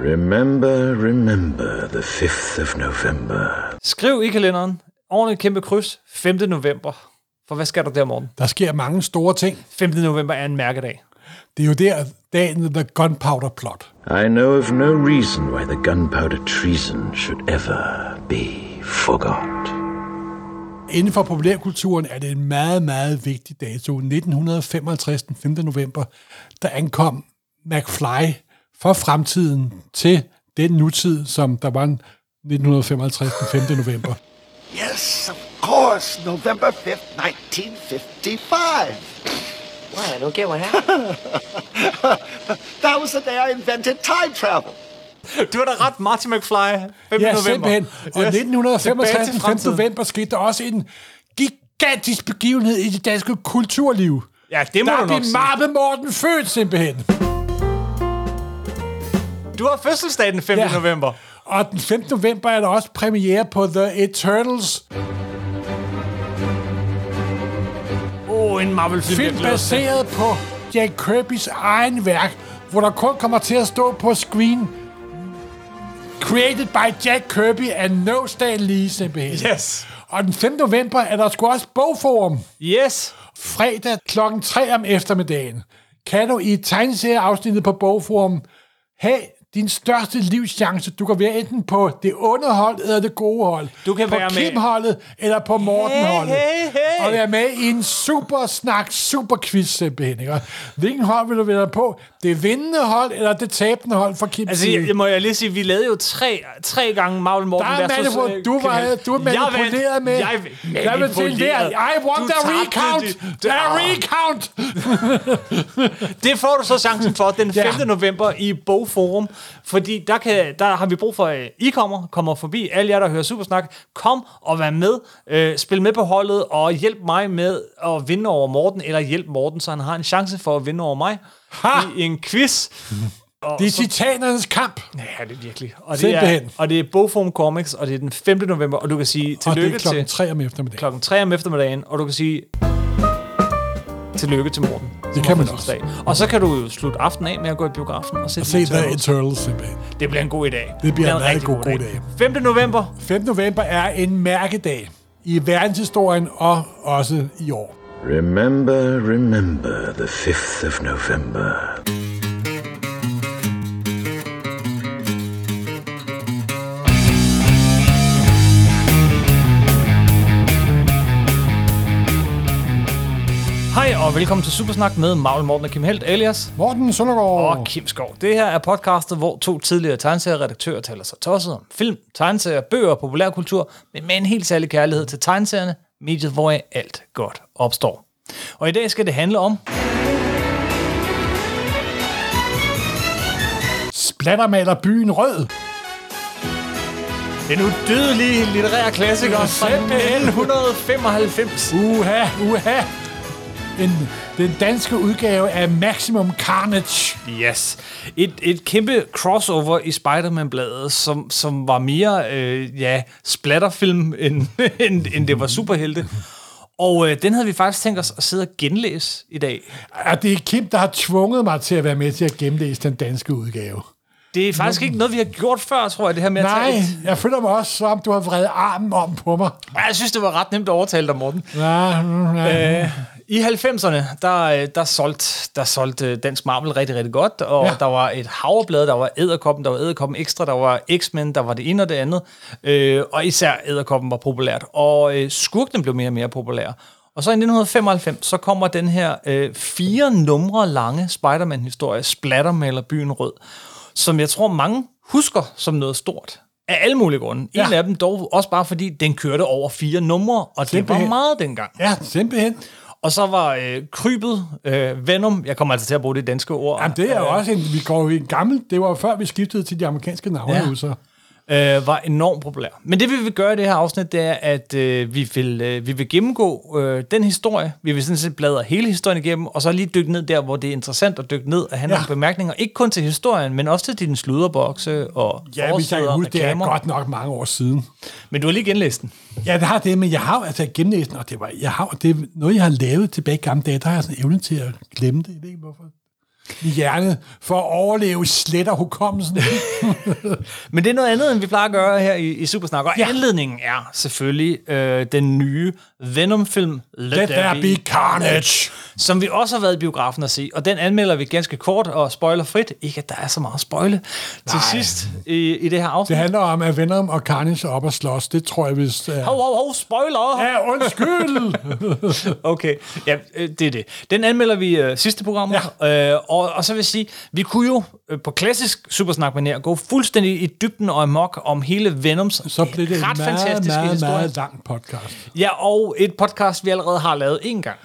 Remember, remember the 5th of November. Skriv i kalenderen. Ordentligt kæmpe kryds. 5. november. For hvad skal der der, morgen? Der sker mange store ting. 5. november er en mærkedag. Det er jo der dagen af The Gunpowder Plot. I know of no reason why the gunpowder treason should ever be forgot. Inden for populærkulturen er det en meget, meget vigtig dato. 1955, den 5. november, der ankom McFly fra fremtiden til den nutid, som der var en 1955, den 5. november. Yes, of course, November 5th, 1955. Why? I don't get what happened. That was the day I invented time travel. Du har da ret, Martin McFly. 5. Ja, november. simpelthen. Og yes. Tilbage 1955, til den 5. fremtiden. november, skete der også en gigantisk begivenhed i det danske kulturliv. Ja, det må der du nok blev sige. Marbe Morten født, simpelthen. Du har fødselsdag den 5. Ja. november. Og den 5. november er der også premiere på The Eternals, Åh, oh, en Marvel-film, jeg film glæder mig til. baseret på Jack Kirby's egen værk, hvor der kun kommer til at stå på screen Created by Jack Kirby and no Stan Lee, simpelthen. Yes. Og den 5. november er der sgu også bogforum. Yes. fredag kl. 3 om eftermiddagen kan du i tegneserieafsnittet på Bogforum have din største livschance. Du kan være enten på det underhold eller det gode hold. Du kan på være med- Kim-holdet eller på Morten-holdet. hey, hey. Og være med i en super snak, super quiz simpelthen. Ikke? Og Hvilken hold vil du være på? Det vindende hold eller det tabende hold for Kim? Altså, jeg, må jeg lige sige, vi lavede jo tre, tre gange Marvel Morten der er versus... manipul- øh, du var Kim Hall. du er Jeg vandt. manipuleret med. Jeg jeg vil til enhver- manipuleret. I want Du the tabte recount. det. The Ah. recount. Det får du så chancen for den 5. Ja. ja. november i Bogforum, fordi der, kan, der har vi brug for, at I kommer, kommer forbi, alle jer, der hører Supersnak, kom og vær med, øh, spil med på holdet, og hjælp mig med at vinde over Morten, eller hjælp Morten, så han har en chance for at vinde over mig Ha! i en quiz. Det er titanernes kamp. Ja, det er virkelig. Og det er, Simpelthen. og det er Bogforum Comics, og det er den 5. november, og du kan sige Og det er tillykke klokken til 3 om eftermiddagen. klokken 3 om eftermiddagen, og du kan sige tillykke til Morten. som kan har man fødselsdag. Og så kan du jo slutte aftenen af med at gå i biografen og se, Og se The The Eternals. Eternals simpelthen. Det bliver en god dag. Det bliver en rigtig rigtig god- 5. god november. 5. november er en mærkedag i verdenshistorien og også i år. Remember, remember the 5th of November. Hej og velkommen til Supersnak med Marvel Morten og Kim Helt, alias Morten Søndergaard. og Kim Skov. Det her er podcastet, hvor to tidligere tegneserieredaktører taler sig tosset om film, tegneserier, bøger og populærkultur, men med en helt særlig kærlighed til tegneserierne, mediet, hvor alt godt opstår. Og i dag skal det handle om Splatter maler byen rød. Den udødelige litterære klassiker fra 1995. Uha, uha. Den, den danske udgave af Maximum Carnage. Yes. Et, et kæmpe crossover i Spider-Man-bladet, som, som var mere øh, ja, splatterfilm, end, end, end det var superhelte. Og øh, den havde vi faktisk tænkt os at sidde og genlæse i dag. Og det er Kim, der har tvunget mig til at være med til at gennemlæse den danske udgave. Det er faktisk ikke noget, vi har gjort før, tror jeg, det her med at Nej, tage et- jeg føler mig også som, du har vredet armen om på mig. Jeg synes, det var ret nemt at overtale dig, Morten. Ja, mm, ja. Øh, I 90'erne, der, øh, der, solgte, der solgte øh, Dansk Marvel rigtig, rigtig godt, og ja. Ja. der var et havreblad, der var æderkoppen, der var æderkoppen ekstra, der var X-Men, der var det ene og det andet, øh, og især æderkoppen var populært, og øh, skurken blev mere og mere populær. Og så i 1995, så kommer den her øh, fire numre lange Spider-Man-historie, Splatter maler byen rød, som jeg tror mange husker som noget stort. Af alle mulige grunde. En Ja. af dem dog også bare fordi, den kørte over fire numre, og det var Simpelthen. meget dengang. ja, simpelthen. Og så var øh, krybet, øh, Venom, jeg kommer altså til at bruge det danske ord. Jamen, det er jo også en, vi går jo i en gammel, det var jo før vi skiftede til de amerikanske navne Ja. ja. så. øh, var enormt populær. Men det vi vil gøre i det her afsnit, det er, at øh, vi, vil, øh, vi vil gennemgå øh, den historie. Vi vil sådan set bladre hele historien igennem, og så lige dykke ned der, hvor det er interessant at dykke ned og handle ja. Ja. om bemærkninger. Ikke kun til historien, men også til din sluderbokse og Ja, hvis jeg kan forsider huske, og det er kamera. godt nok mange år siden. Men du har lige genlæst den. Ja, det har det, men jeg har jo altså gennemlæst, den, og det var, jeg har, det er noget, jeg har lavet tilbage i gamle dage, der har jeg sådan en evne til at glemme det. Jeg ved ikke, hvorfor. i hjernet for at overleve sletter hukommelsen. Men det er noget andet, end vi plejer at gøre her i, i Supersnak. Og ja. anledningen er selvfølgelig øh, den nye Venom-film, Let, Let there be carnage! som vi også har været i biografen at se. Og den anmelder vi ganske kort og spoilerfrit. Ikke, at der er så meget spoile til sidst i, i det her afsnit. Det handler om, at Venom og Carnage er op og slås. Det tror jeg vist... Uh... Hov, hov, hov, spoiler! Ja, undskyld! Okay, ja, øh, det er det. Den anmelder vi øh, sidste program, ja. øh, og, og så vil jeg sige, vi kunne jo øh, på klassisk supersnak manier gå fuldstændig i dybden og amok om hele Venoms Så blev det en ret meget, fantastiske meget, historie. meget lang podcast. Ja, og et podcast, vi allerede har lavet en gang.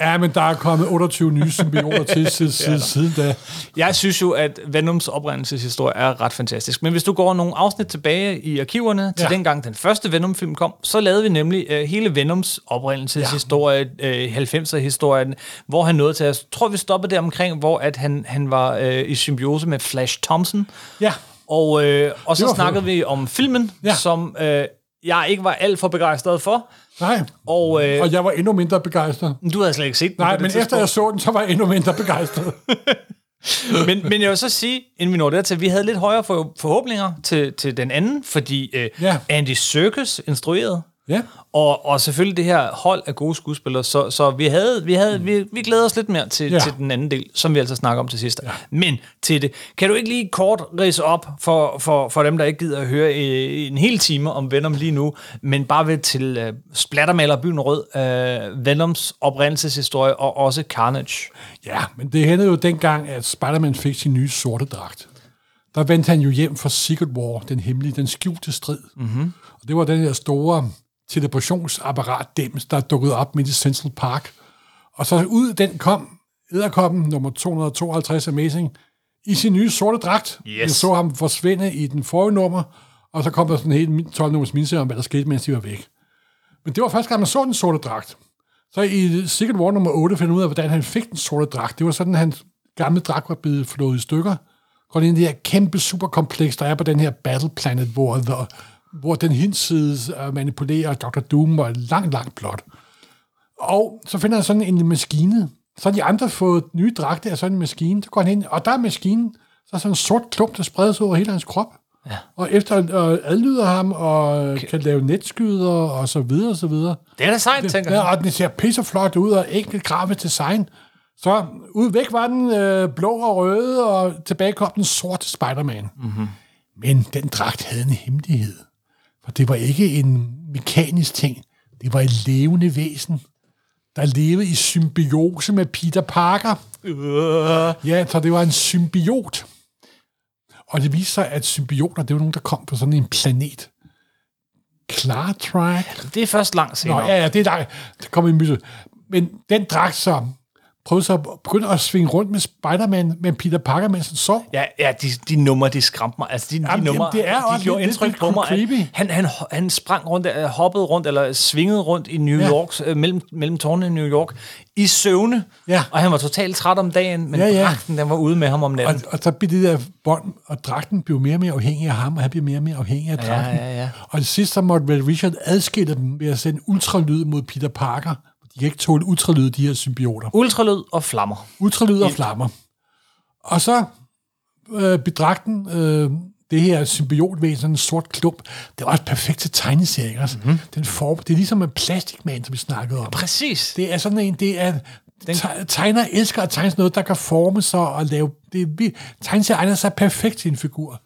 Ja, men der er kommet 28 nye symbioter til siden, siden, siden da. Jeg synes jo, at Venoms oprindelseshistorie er ret fantastisk. Men hvis du går nogle afsnit tilbage i arkiverne til ja. Ja. dengang den første Venom-film kom, så lavede vi nemlig øh, hele Venoms oprindelseshistorie, øh, 90'er-historien, hvor han nåede til at... Jeg tror, vi stoppede der omkring, hvor at han, han var øh, i symbiose med Flash Thompson. Ja. Og, øh, og så Det var snakkede vi om filmen, ja. Ja. som øh, jeg ikke var alt for begejstret for. Nej, Og, øh, og og jeg var endnu mindre begejstret. du havde slet ikke set den på Nej, det men efter tidspunkt. jeg så den, så var jeg endnu mindre begejstret. men, men jeg vil så sige, inden vi når dertil, at vi havde lidt højere for, forhåbninger til, til den anden, fordi øh, ja. Ja. Andy Serkis instruerede, Ja. og, og selvfølgelig det her hold af gode skuespillere, så, så vi, havde, vi, havde, vi, vi glæder os lidt mere til, ja. Ja. til den anden del, som vi altså snakker om til sidst. Ja. Men til det, kan du ikke lige kort rise op for, for, for dem, der ikke gider at høre øh, en hel time om Venom lige nu, men bare ved til øh, Splattermaler Byen Rød, øh, Venoms oprindelseshistorie og også Carnage. Ja, men det hændede jo dengang, at Spider-Man fik sin nye sorte dragt. Der vendte han jo hjem fra Secret War, den hemmelige, den skjulte strid. Mm-hmm. Og det var den her store teleportionsapparat dems, der dukkede op midt i Central Park. Og så ud den kom æderkoppen nummer 252 Amazing i sin nye sorte dragt. Yes. Jeg så ham forsvinde i den forrige nummer, og så kom der sådan en helt 12-nummers miniserie om, hvad der skete, mens de var væk. Men det var første gang, man så den sorte dragt. Så i Secret War nummer 8 finder man ud af, hvordan han fik den sorte dragt. Det var sådan, at hans gamle dragt var blevet flået i stykker. Går ind i det her kæmpe superkompleks, der er på den her Battle Planet, hvor, the, hvor den hinsides øh, manipulerer Dr. Doom og langt, langt blot. Og så finder han sådan en maskine. Så har de andre fået nye dragter af sådan en maskine. Så går han ind, og der er maskinen. Så er sådan en sort klump, der spredes over hele hans krop. Ja. Og efter øh, adlyder ham, og okay. kan lave netskyder, og så videre, og så videre. Det er da sejt, tænker jeg. Ja, og den ser pisseflot ud, og enkelt grafisk design. Så ud væk var den øh, blå og røde, og tilbage kom den sorte Spider-Man. Mm-hmm. Mhm. Men den dragt havde en hemmelighed. For det var ikke en mekanisk ting. Det var et levende væsen, der levede i symbiose med Peter Parker. Øh. Ja, så det var en symbiot. Og det viste sig, at symbioter, det var nogen, der kom på sådan en planet. Klartrak, Det er først langt senere. Nå, ja, ja, det er der. Der kommer en myte. Men den dragt så prøvede så at begynde at svinge rundt med Spider-Man, med Peter Parker, mens han sov. Ja, ja de, de numre, de skræmte mig. Altså, de, de Jamen, numre, jamen, det er de også gjorde lidt- indtryk lidt på mig. at creepy. Han, han, han sprang rundt, øh, hoppede rundt, eller svingede rundt i New Ja. Yorks, øh, mellem, mellem tårnene i New York, i søvne. Ja. Og han var totalt træt om dagen, men ja, Ja, ja. ja. dragten, den var ude med ham om Og, natten. og så blev det der bånd, og dragten blev mere og mere afhængig af ham, og han blev mere og mere afhængig af dragten. ja, ja. Og til sidst så måtte vel Richard adskille dem ved at sende ultralyd mod Peter Parker. De kan ikke tåle ultralyd, de her symbioter. Ultralyd og flammer. ultralyd og flammer. Og så øh, bedragten øh, det her symbiotvæsen, sådan en sort klump, det var et perfekt til tegneserie, ikke også? Mm-hmm. Den for, det er ligesom en plastikmand, som vi snakkede om. Præcis. Det, Det er sådan en, det er, te- tegner elsker at tegne sådan noget, der kan forme sig og lave, det er, vildt. tegneserie egner sig perfekt til en figur.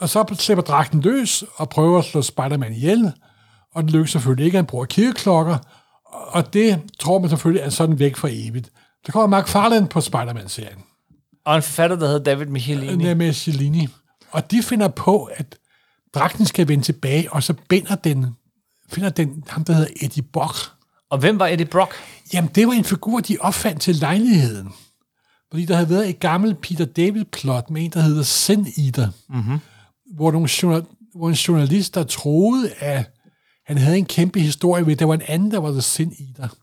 Og så slipper dragten løs og prøver at slå Spider-Man ihjel, og det lykkes selvfølgelig ikke, han bruger kirkeklokker, og det tror man selvfølgelig er sådan væk for evigt. Så kommer Mark Farland på Spider-Man-serien og en forfatter, der hed David Michelini. med, med Cellini. Og de finder på, at dragten skal vende tilbage, og så binder den, finder den ham, der hedder Eddie Brock, Og hvem var Eddie Brock? Jamen, det var en figur, de opfandt til lejligheden. Fordi der havde været et gammelt Peter David-plot med en, der hedder Sin Eater, mm-hmm. hvor, nogle journal- hvor en journalist, der troede, at han havde en kæmpe historie ved, at der var en anden, der var The Sin Eater.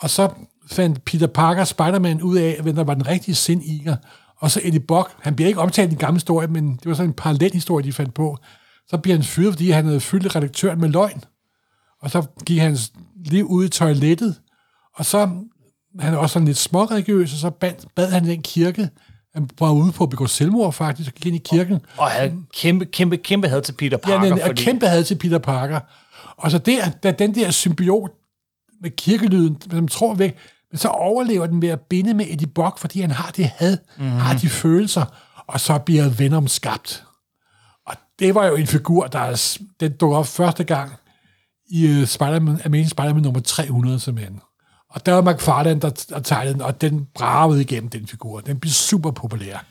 Og så fandt Peter Parker Spider-Man ud af, hvem der var den rigtige Sin Eater. Og så Eddie Brock, han bliver ikke omtalt i den gamle historie, men det var sådan en parallel historie, de fandt på. Så bliver han fyret, fordi han havde fyldt redaktøren med løgn. Og så gik hans liv ud i toilettet, og så han er også sådan lidt småreligiøs, og så bad, bad han i den kirke. Han var ude på at begå selvmord faktisk, og gik ind i kirken. Og havde kæmpe, kæmpe, kæmpe had til Peter Parker. Ja, den, og fordi- kæmpe had til Peter Parker. Og så der, da den der symbiot med kirkelyden, som tror væk, men så overlever den ved at binde med Eddie Brock, fordi han har det had, Mhm. mm. har de følelser, og så bliver Venom skabt. Og det var jo en figur, der er s- den dukker op første gang i uh, Spider-Man, Amazing Spider-Man nummer 300, simpelthen. Og der var McFarlane, der, der tegnede den, og den bragede igennem den figur. Den blev super populær.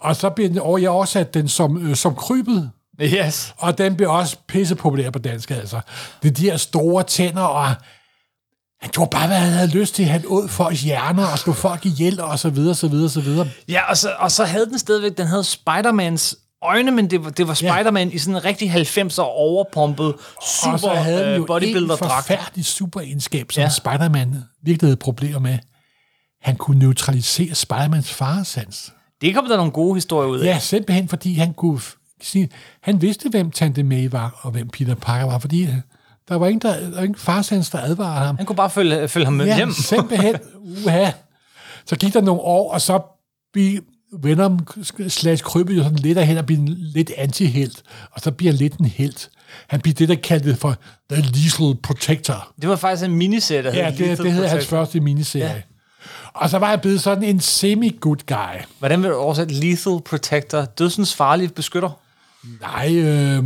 Og så blev den, og jeg oversat den som, øh, som krybet, Yes. og den blev også pissepopulær på dansk, altså. Det er de her store tænder, og han gjorde bare, hvad han havde lyst til. Han åd folks hjerner og slog folk ihjel, og så videre, så videre, så videre. Ja, og så, og så havde den stadigvæk, den havde Spider-Mans øjne, men det var, det var Spider-Man i sådan en rigtig 90'er overpumpet super og så havde han øh, jo en bodybuilder-dragt. forfærdelig superegenskab, som Ja. ja. Spider-Man virkelig havde problemer med. Han kunne neutralisere Spider-Mans faresans. Det kom der nogle gode historier ud af. Ja, simpelthen fordi han kunne f- sige, han vidste, hvem Tante May var, og hvem Peter Parker var, fordi øh, der var ingen, der, der var ingen farsans, der advarede ham. Han kunne bare følge, følge ham med Ja, hjem. simpelthen. Uha. Så gik der nogle år, og så blev Venom slash krybbe jo sådan lidt af hen og blev en lidt antihelt, og så bliver han lidt en helt. Han bliver det, der kaldte for The Lethal Protector. Det var faktisk en miniserie, der Ja, hed det, Lethal det hedder hans Protector. første miniserie. Ja. Og så var jeg blevet sådan en semi-good guy. Hvordan vil du oversætte Lethal Protector? Dødsens farlige beskytter? Nej, øh,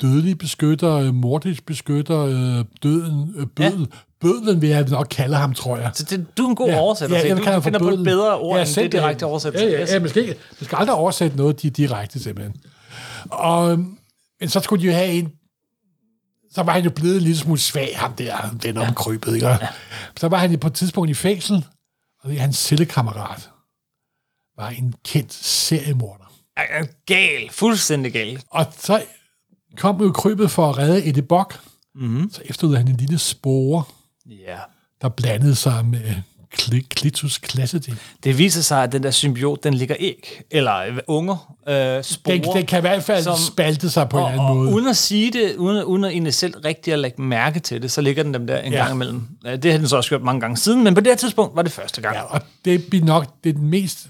dødelig beskytter, øh, mordisk beskytter, øh, døden, øh, bødel. Ja. Bødelen vil jeg nok kalde ham, tror jeg. Så det, du er en god oversætter. jeg du kalder ham for finder på et bøddel. bedre ord, ja, end det simpelthen. direkte oversættelse. Altså. Ja, ja, ja, man, skal ikke, man skal aldrig oversætte noget di- direkte, simpelthen. Og, øhm, men så skulle de jo have en, så var han jo blevet en lille smule svag, ham der, den omkrybet, ikke? Ja. Så var han jo på et tidspunkt i fængsel, og hans cellekammerat var en kendt seriemorder. ja. Gal. Fuldstændig gal. Og så kom jo krybet for at redde Eddie Bock. Mhm. Mm-hmm. Så efterlod han en lille spore, Ja. der blandede sig med Cl- Clitus Classidin. Det viser sig, at den der symbiot, den ligger æg, eller øh, unger, øh, sporer. Den, den kan i hvert fald som- som, spalte sig på en og, eller anden og måde. uden at sige det, uden, at- uden at egentlig selv rigtig at lægge mærke til det, så ligger den dem der en ja. Ja. gang imellem. Ja, Det har den så også gjort mange gange siden, men på det her tidspunkt var det første gang. Ja, og det bliver nok det er den mest...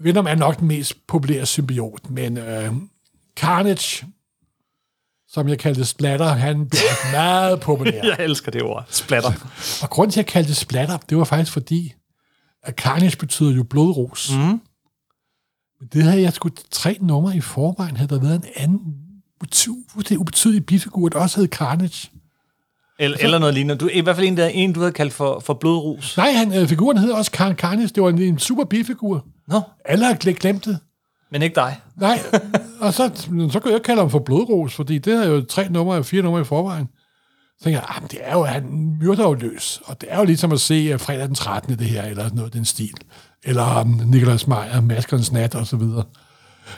Venom er nok den mest populære symbiot, men øh, Carnage, som jeg kaldte Splatter, han blev også meget populær. Jeg elsker det ord. Splatter. Og grunden til, at jeg kaldte det splatter, det var faktisk fordi, at Carnage betyder jo blodros. Mhm. Mm. Men det havde jeg sgu tre numre i forvejen, havde der været en anden utu- det ubetydelig bifigur, der også hed Carnage. Eller, eller noget lignende. Du, I hvert fald en, der, en du havde kaldt for, for blodrus. Nej, han, øh, figuren hed også Car- Carnage. Det var en, en super bifigur. Nå, Alle har gl- glemt det. men ikke dig. Nej, og så, så kunne jeg ikke kalde ham for blodros, fordi det er jo tre numre og fire numre i forvejen. Så tænkte jeg, "Ah, det er jo, han myrder jo løs, og det er jo ligesom at se øh, fredag den 13. det her, eller noget i den stil. Eller um, Nicolas Meyer, Maskerens Nat, og så videre.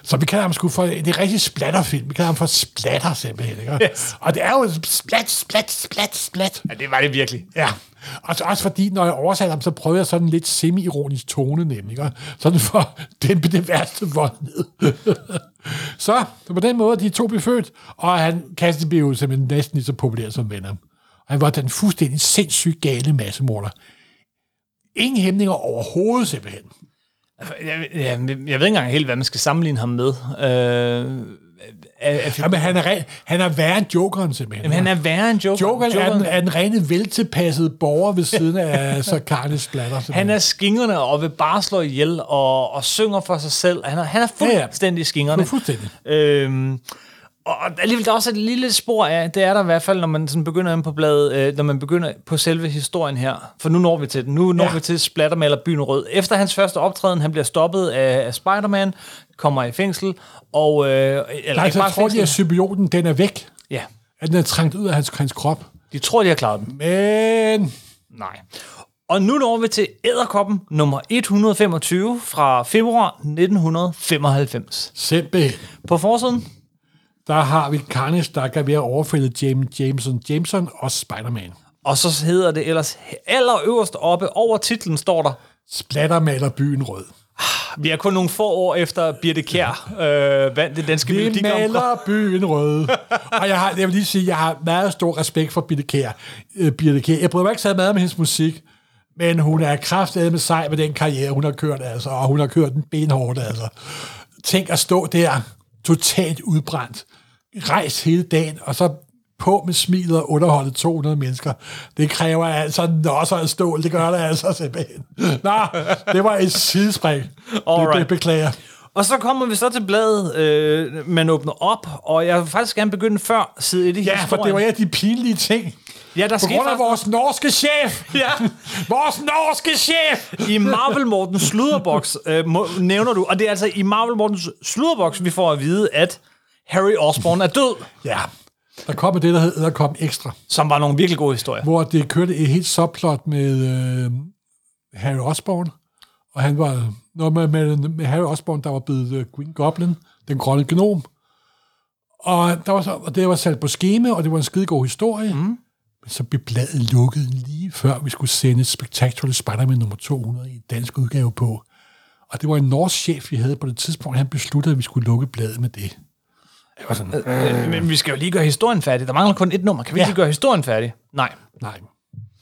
Så vi kalder ham sgu for, det er rigtig splatterfilm, vi kalder ham for splatter simpelthen, ikke? Yes. Og det er jo splat, splat, splat, splat. Ja, det var det virkelig. Ja, og så også fordi, når jeg oversatte ham, så prøvede jeg sådan en lidt semi-ironisk tone nemlig, ikke? sådan for at dæmpe det værste vold ned. så, så på den måde, de to blev født, og han kastede blev jo simpelthen næsten lige så populær som Venom. Og han var den fuldstændig sindssygt gale massemorder. Ingen hæmninger overhovedet simpelthen. Jeg, jeg, jeg ved ikke engang helt, hvad man skal sammenligne ham med. Øh, er, er, Jamen, han er, re- han er værre end jokeren simpelthen. jamen, han er værre end Joker. Jokeren er den, Jokeren- er den rene veltilpassede borger ved siden af så Carnes Splatter. simpelthen. han er skingerne og vil bare slå ihjel og, og synger for sig selv. Han er, han er ja. fuldstændig skingerne. Fu- fuldstændig. Øhm, og alligevel, der er også et lille spor af, det er der i hvert fald, når man sådan begynder ind på bladet, øh, når man begynder på selve historien her. For nu når vi til den. Nu når ja. Ja. vi til Splattermaler Byen Rød. Efter hans første optræden, han bliver stoppet af, af Spider-Man, kommer i fængsel, og... Øh, eller Nej, ikke så bare jeg tror de, at fængsel. symbioten den er væk. Ja, at den er trængt ud af hans, hans krop. de tror, de har klaret den. Men Nej. Og nu når vi til Æderkoppen nummer 125 fra februar 1995. simpelthen, På forsiden, der har vi Carnage, der kan være overfældet James, Jameson, Jameson og Spider-Man. og så hedder det ellers allerøverst oppe over titlen, står der Splatter maler byen rød. Vi er kun nogle få år efter Birte Kjær øh, vandt det danske Vi Melodi Grand Prix. maler byen rød. og jeg, har, jeg vil lige sige, jeg har meget stor respekt for Birte Kjær. Øh, Birte Kjær. Jeg bryder mig ikke så meget med hendes musik, Men hun er kraftedet med sej med den karriere, hun har kørt, altså, og hun har kørt den benhårdt, altså. Tænk at stå der, totalt udbrændt, rejst hele dagen, og så på med smilet og underholde 200 mennesker. Det kræver altså nosser af stål, det gør det altså simpelthen. Nå, det var et sidespring. Det, Alright. det beklager. Og så kommer vi så til bladet, øh, man åbner op, og jeg vil faktisk gerne begynde før side 1 i Ja, for historien. det var en af de pinlige ting. Ja, der På skete grund af faktisk- vores norske chef. Ja. Vores norske chef! I Marvel Mortens sludderbox øh, må, nævner du, og det er altså i Marvel Mortens sludderbox, vi får at vide, at Harry Osborn er død, Ja, der kom det, der hed kom Ekstra, som var nogle virkelig gode historier. hvor det kørte et helt subplot med øh, Harry Osborn, og han var når med, med, med Harry Osborn, der var blevet øh, Green Goblin, den grønne gnom. Og, der var så, og det var sat på skema, og det var en skidegod historie. Mm. Men så blev bladet lukket lige før vi skulle sende Spectacular Spider-Man nummer 200 i dansk udgave på. Og det var en norsk chef, vi havde på det tidspunkt, han besluttede, at vi skulle lukke bladet med det. Jeg var sådan, Men vi skal jo lige gøre historien færdig. Der mangler kun et nummer. Kan vi ja. Øh. Ja. lige gøre historien færdig? Nej. Nej.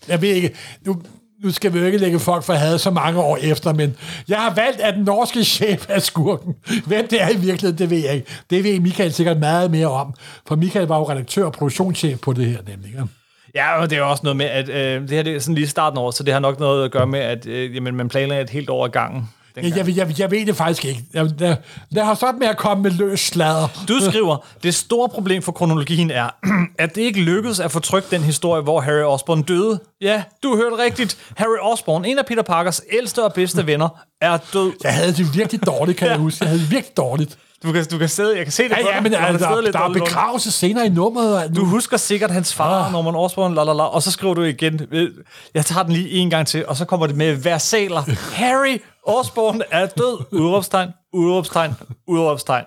Jeg ved ikke. Nu, nu skal vi jo ikke lægge folk for had så mange år efter, men jeg har valgt, at den norske chef er skurken. Hvem det er i virkeligheden, det ved jeg ikke. Det ved Michael sikkert meget mere om, for Michael var jo redaktør og produktionschef på det her nemlig. Ja. Ja, og det er jo også noget med, at øh, det her det er sådan lige starten af året, så det har nok noget at gøre med, at øh, jamen, man planlægger et helt år ad gangen. Jeg, jeg, jeg, jeg, jeg ved det faktisk ikke. Jeg, jeg, lad os op med at komme med løs sladder. Du skriver, det store problem for kronologien er, at det ikke lykkedes at få trykt den historie, hvor Harry Osborn døde. Ja, du hørte rigtigt. Harry Osborn, en af Peter Parkers ældste og bedste venner, er død. Jeg havde det virkelig dårligt, kan jeg huske. Jeg havde det virkelig dårligt. Du kan, du kan sidde, jeg kan se det Ja, på ja, dig. men Du har altså, siddet der, lidt der er dårligt rundt. begravelse senere i nummeret. og alt Du muligt. husker sikkert hans far, Norman Osborn, lalala, og så skriver du igen, øh, jeg tager den lige en gang til, og så kommer det med versaler. Harry Osborn er død, udråbstegn, udråbstegn, udråbstegn.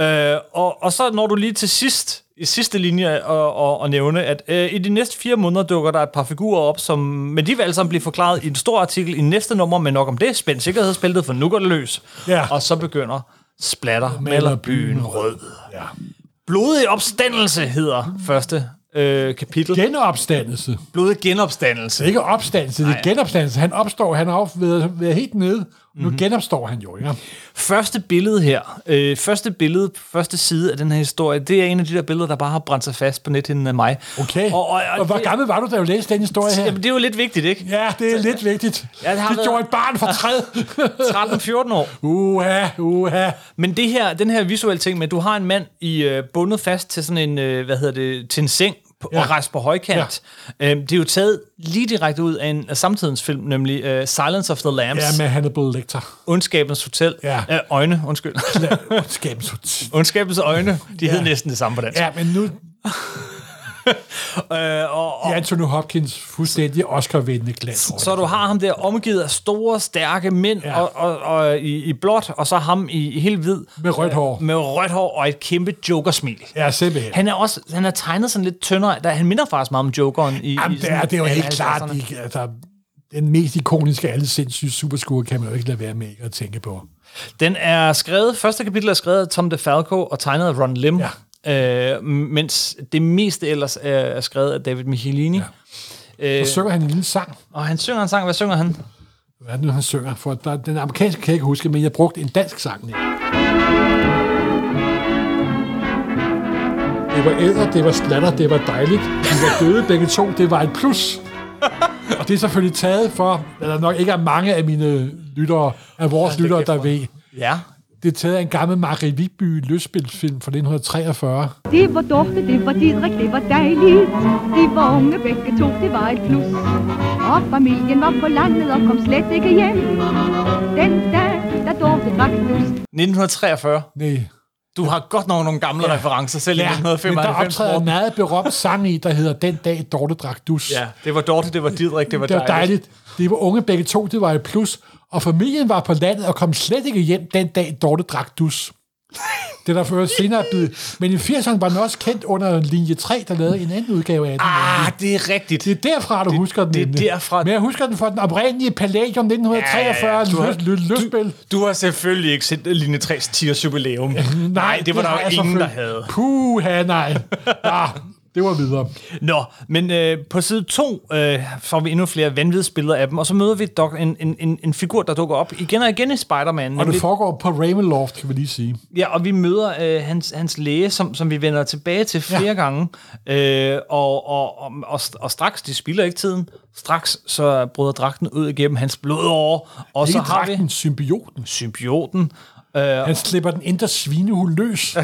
Øh, og, og så når du lige til sidst, i sidste linje, og, og, og nævne, at øh, i de næste fire måneder dukker der et par figurer op, som, men de vil alle sammen blive forklaret i en stor artikel i næste nummer, men nok om det, spænd sikkerhedsbæltet, for nu går det løs. Ja. Og så begynder splatter, maler byen rød. Ja. Blodig opstandelse hedder første øh, kapitel. Genopstandelse. Blodig Det genopstandelse. er ikke opstandelse, det er genopstandelse. Han opstår, han har jo været, været helt nede. Nu Mhm. mm-hmm. genopstår han jo, ikke? Første billede her, øh, første billede, første side af den her historie, det er en af de der billeder, der bare har brændt sig fast på nethinden af mig. Okay. Og, og, og og hvor det, gammel var du, da du læste den historie her? jamen, det er jo lidt vigtigt, ikke? Ja, det er lidt vigtigt. Ja, det har det været- gjorde et barn for træd. 13-14 år. uha, uha. Men det her, den her visuelle ting med, at du har en mand i øh, bundet fast til sådan en, øh, hvad hedder det, til en seng på, ja. Ja. og rejst på højkant. Ja. Øhm, det er jo taget lige direkte ud af en af samtidens film, nemlig øh, Silence of the Lambs, Ja, ja, men han er blevet lektor. Ondskabens Hotel. Ja. Øh, øjne, undskyld. Skabens hotel. Ondskabens øjne, de hed næsten det samme på dansk. Ja, men nu Øh, og, og, er Anthony Hopkins fuldstændig Oscar-vindende glans. så du har ham der omgivet af store, stærke mænd ja. Ja. og, og, og, i, i blåt, og så ham i, i helt hvid Med rødt hår. med rødt hår og et kæmpe jokersmil. Ja, simpelthen. Han er også han er tegnet sådan lidt tyndere. Der, han minder faktisk meget om Jokeren. I, Jamen, i det er, det er jo alle helt klart, 70'erne. de, altså, den mest ikoniske af alle sindssyge superskurke kan man jo ikke lade være med ikke at tænke på. Den er skrevet, første kapitel er skrevet af Tom DeFalco og tegnet af Ron Lim, ja. øh, mens det meste ellers er, er skrevet af David Michelini. Ja. Så synger han en lille sang. Og han synger en sang. Hvad synger han? Hvad er det nu, han synger? For der, den amerikanske kan jeg ikke huske, men jeg brugte en dansk sang. Nick. Det var æder, det var slatter, det var dejligt. Vi var døde begge to, det var et plus. Og det er selvfølgelig taget for, at der nok ikke er mange af mine lyttere, af vores lyttere, der ved. Ja. Det er taget af en gammel Marie Wigby løsspilsfilm fra 1943. Det var Dorte, det var Didrik, det var dejligt. De var unge begge to, det var et plus. Og familien var på landet og kom slet ikke hjem. Den dag, da Dorte drak dus. 1943. Nej. Du har godt nok nogle gamle ja. referencer, selv i Ja, men der 1995. optræder en Morten. meget berømt sang i, der hedder Den dag Dorte drak dus. Ja, det var Dorte, det var Didrik, det var, Det var dejligt. Det var unge begge to, det var et plus. Og familien var på landet og kom slet ikke hjem den dag, Dorte drak dus. Det er der først senere blevet. Men i 80'erne var den også kendt under linje 3, der lavede en anden udgave af den. Ah, det er rigtigt. Det er derfra, du det, husker den. det er nemlig. derfra. Men jeg husker den fra den oprindelige Palladium 1943 ja, ja, ja. Du har- løsspil. Du har selvfølgelig ikke set Line 3's 10 års jubilæum. Nej, det var har der jeg jo ingen, der selvfølgelig. havde. Puha, nej. Ja, Ah, Det var videre. Nå, men øh, på side 2 øh, får vi endnu flere vanvidsbilleder af dem, og så møder vi dok- en, en, en, en figur, der dukker op igen og igen i Spider-Man. Og det nemlig- foregår på Ravenloft, kan vi lige sige. Ja, og vi møder øh, hans, hans læge, som, som vi vender tilbage til flere ja. gange, øh, og, og, og, og, og straks, de spilder ikke tiden, straks så bryder dragten ud igennem hans blodårer, og Ikke så har dragten, vi symbioten. symbioten. Øh, Han slipper den indre svinehul løs.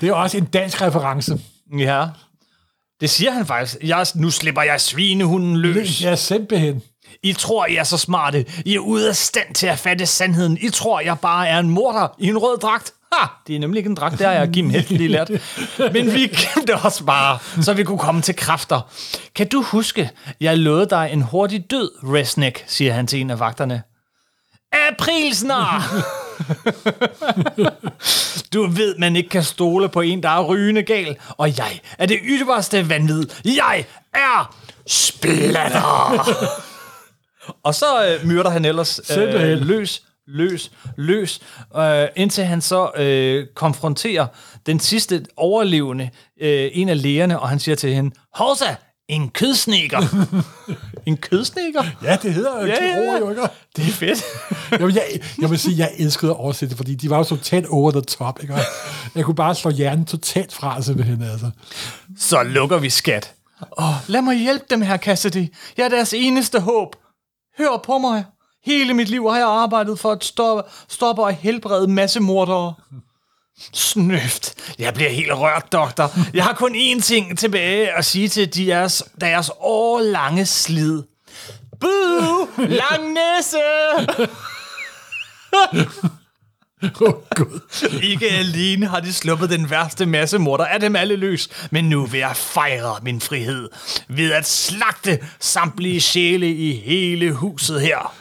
Det er også en dansk reference. Ja, det siger han faktisk. Jeg, nu slipper jeg svinehunden løs. Ja, simpelthen. I tror, I er så smarte. I er ude af stand til at fatte sandheden. I tror, jeg bare er en morder i en rød dragt. Ha! Det er nemlig ikke en dragt, det har jeg Kim helt lige lært. Men vi kæmpede os bare, så vi kunne komme til kræfter. Kan du huske, jeg lovede dig en hurtig død, Resnick, siger han til en af vagterne. April snar! Du ved, man ikke kan stole på en, der er rygende gal. Og jeg er det yderste vanvid. Jeg er splatter! Og så øh, myrder han ellers øh, Simpelthen. løs, løs, løs, øh, indtil han så øh, konfronterer den sidste overlevende, øh, en af lægerne, og han siger til hende, Horsa, en kødsnikker. en kødsnikker? Ja, det hedder jo Ja, ja, ja, ja. jo ikke? Det er fedt. Jeg, jeg, jeg vil sige, jeg elskede at oversætte det, fordi de var jo så tæt over the top, ikke? Og Jeg kunne bare slå hjernen totalt fra, simpelthen, altså. Så lukker vi skat. Åh, lad mig hjælpe dem her, Cassidy. Jeg er deres eneste håb. Hør på mig. Hele mit liv har jeg arbejdet for at stoppe, stoppe og helbrede massemordere. Snøft. Jeg bliver helt rørt, doktor. Jeg har kun én ting tilbage at sige til deres, deres årlange slid. Boo! Lang næse! Åh, oh, Gud. Ikke alene har de sluppet den værste masse morder af dem alle løs, men nu vil jeg fejre min frihed ved at slagte samtlige sjæle i hele huset her.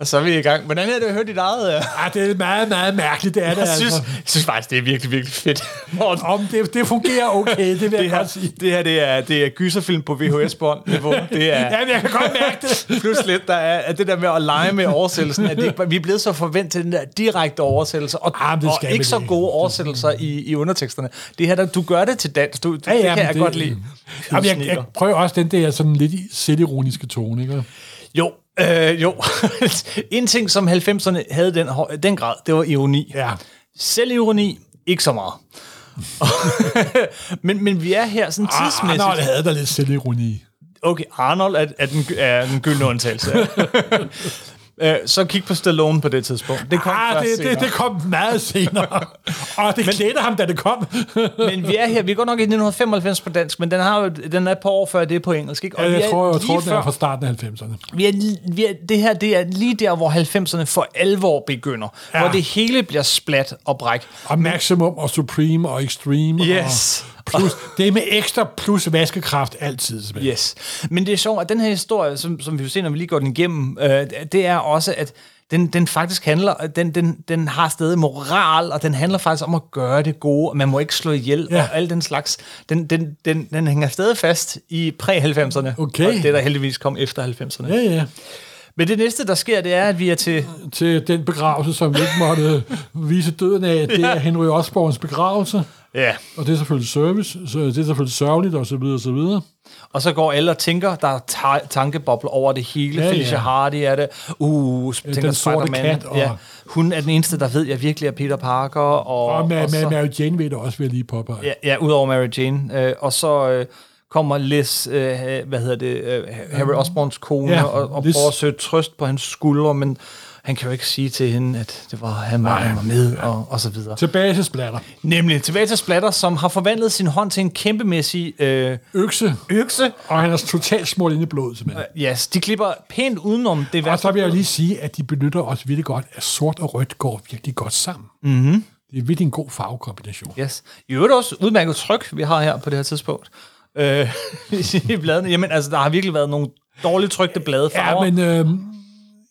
Og så er vi i gang. Hvordan er det at høre dit eget? øh? Ja, det er meget, meget mærkeligt, det er det, Jeg synes, altså. jeg synes faktisk, det er virkelig, virkelig fedt. Morten, Om det, det fungerer okay, det vil jeg det her, godt sige. det her det er, det er gyserfilm på VHS-bånd. niveau. Det er, Jamen, jeg kan godt mærke det. Plus lidt, der er at det der med at lege med oversættelsen, at det, ikke- vi er blevet så forventet til den der direkte oversættelse, og, Ah, men det og skal man ikke så ikke. gode oversættelser i, i underteksterne. Det her, der, du gør det til dansk, du, ja, det men kan jeg godt lide. Jamen, jeg, jeg prøver også den der sådan lidt selvironiske tone, ikke? Jo, øh, jo. en ting, som 90'erne havde den, hå- den grad, det var ironi. Ja. Selvironi, ikke så meget. men, men vi er her sådan tidsmæssigt. Arnold havde da lidt selvironi. Okay, Arnold er, er, den, er den gyldne undtagelse. Øh, så kig på Stallone på det tidspunkt. Det kom Ah, først det, det, senere. det kom meget senere. Og det klædte ham, da det kom. Men vi er her, vi er godt nok i 1995 på dansk, men den, har jo, den er et par år før det er på engelsk, ikke? Og Ja, vi jeg er tror, jeg lige tror, den før- er fra starten af 90'erne. vi er, li- vi er, det her det er lige der, hvor 90'erne for alvor begynder. Ja. Ja. Hvor det hele bliver splat og bræk. Og Maximum og Supreme og Extreme. Yes. Og plus, det er med ekstra plus vaskekraft altid. Yeah. Yes. Men det er sjovt, at den her historie, som, som vi jo ser, når vi lige går den igennem, øh, det er også, at den, den faktisk handler, den, den, den har stadig moral, og den handler faktisk om at gøre det gode, og man må ikke slå ihjel, ja. Ja. og al den slags. Den, den, den, den hænger stadig fast i præ-90'erne, Okay. og det, der heldigvis kom efter 90'erne. Ja, ja. Men det næste, der sker, det er, at vi er til... Til den begravelse, som vi ikke måtte vise døden af, det er Henry Osborns begravelse. Ja. Og det er selvfølgelig service, så det er selvfølgelig sørgeligt, og så videre, og så videre. Og så går alle og tænker, der er ta- tankebobler over det hele. Ja, Ja, Felicia ja. Hardy er det. Uh, tænker den sorte Spider-Man. kat, og- Ja. Hun er den eneste, der ved, at jeg virkelig er Peter Parker. Og, Og, med, så- med, Mary Jane ved det også, vil jeg lige påpege. Ja, ja udover Mary Jane. Øh, og så øh, kommer Liz, øh, hvad hedder det, øh, Harry Osborns kone, ja, Ja, og, og Liz. prøver at søge trøst på hans skuldre, men han kan jo ikke sige til hende, at det var han, var, han var med, og, og så videre. Tilbage til splatter. Nemlig tilbage til Splatter, som har forvandlet sin hånd til en kæmpemæssig øh, Økse, økse. og han er totalt smurt inde i blodet, simpelthen. Ja, yes, de klipper pænt udenom det Og så værste. vil jeg lige sige, at de benytter også virkelig godt, at sort og rødt går virkelig godt sammen. Mm-hmm. Det er virkelig en god farvekombination. Yes. I øvrigt også udmærket tryk, vi har her på det her tidspunkt. Øh, i bladene. Jamen, altså, der har virkelig været nogle dårligt trykte blade Ja, farver. men øh,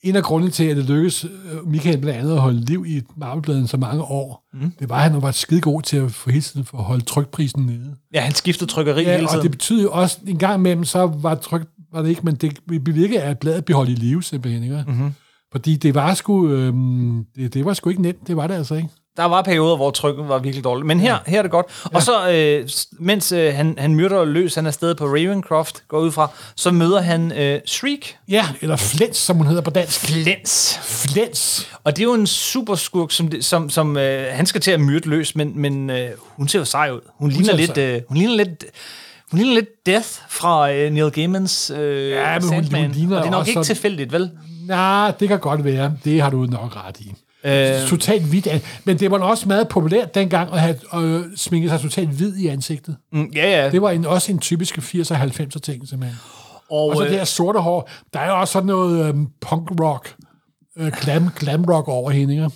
en af grundene til, at det lykkedes øh, Michael blandt andet at holde liv i Marvelbladen så mange år, mm. det var, at han var skidegod til at for hele tiden for at holde trykprisen nede. ja, han skifter trykkeri ja, hele Ja, altså- og det tiden. betyder jo også, at en gang imellem, så var tryk, var det ikke, men det bevirkede, at bladet blev holdt i Mhm. øhm, live, simpelthen, ikke? Mm-hmm. Fordi det var sgu, øh, det, det var sgu ikke nemt, det var det altså, ikke? Der var perioder, hvor trykket var virkelig dårligt, men her, her er det godt. Og så, øh, s- mens øh, han, han myrder løs, han er afsted på Ravencroft, går ud fra, så møder han øh, Shriek. Ja, eller flens, som hun hedder på dansk. Glens. Flens. Og det er jo en superskurk, som, det- som, som øh, han skal til at myrde løs, men, men øh, hun ser jo sej ud. Hun, ligner ser lidt, sej. øh, hun ligner lidt... Hun ligner lidt Death fra øh, Neil Gaimans øh, men hun- Sandman. hun ligner og det er nok også ikke sådan- tilfældigt, vel? Nej, det kan godt være. Det har du nok ret i. Øh. Totalt hvidt. an- Men det var også meget populært dengang at have øh, sminket sig totalt hvid i ansigtet. Mm, ja, ja. Det var en, også en typisk 80'er og 90'er ting, simpelthen. og, Og så øh, det her sorte hår. Der er jo også sådan noget øhm, punk rock, øh, glam, glam rock over hende, ikke?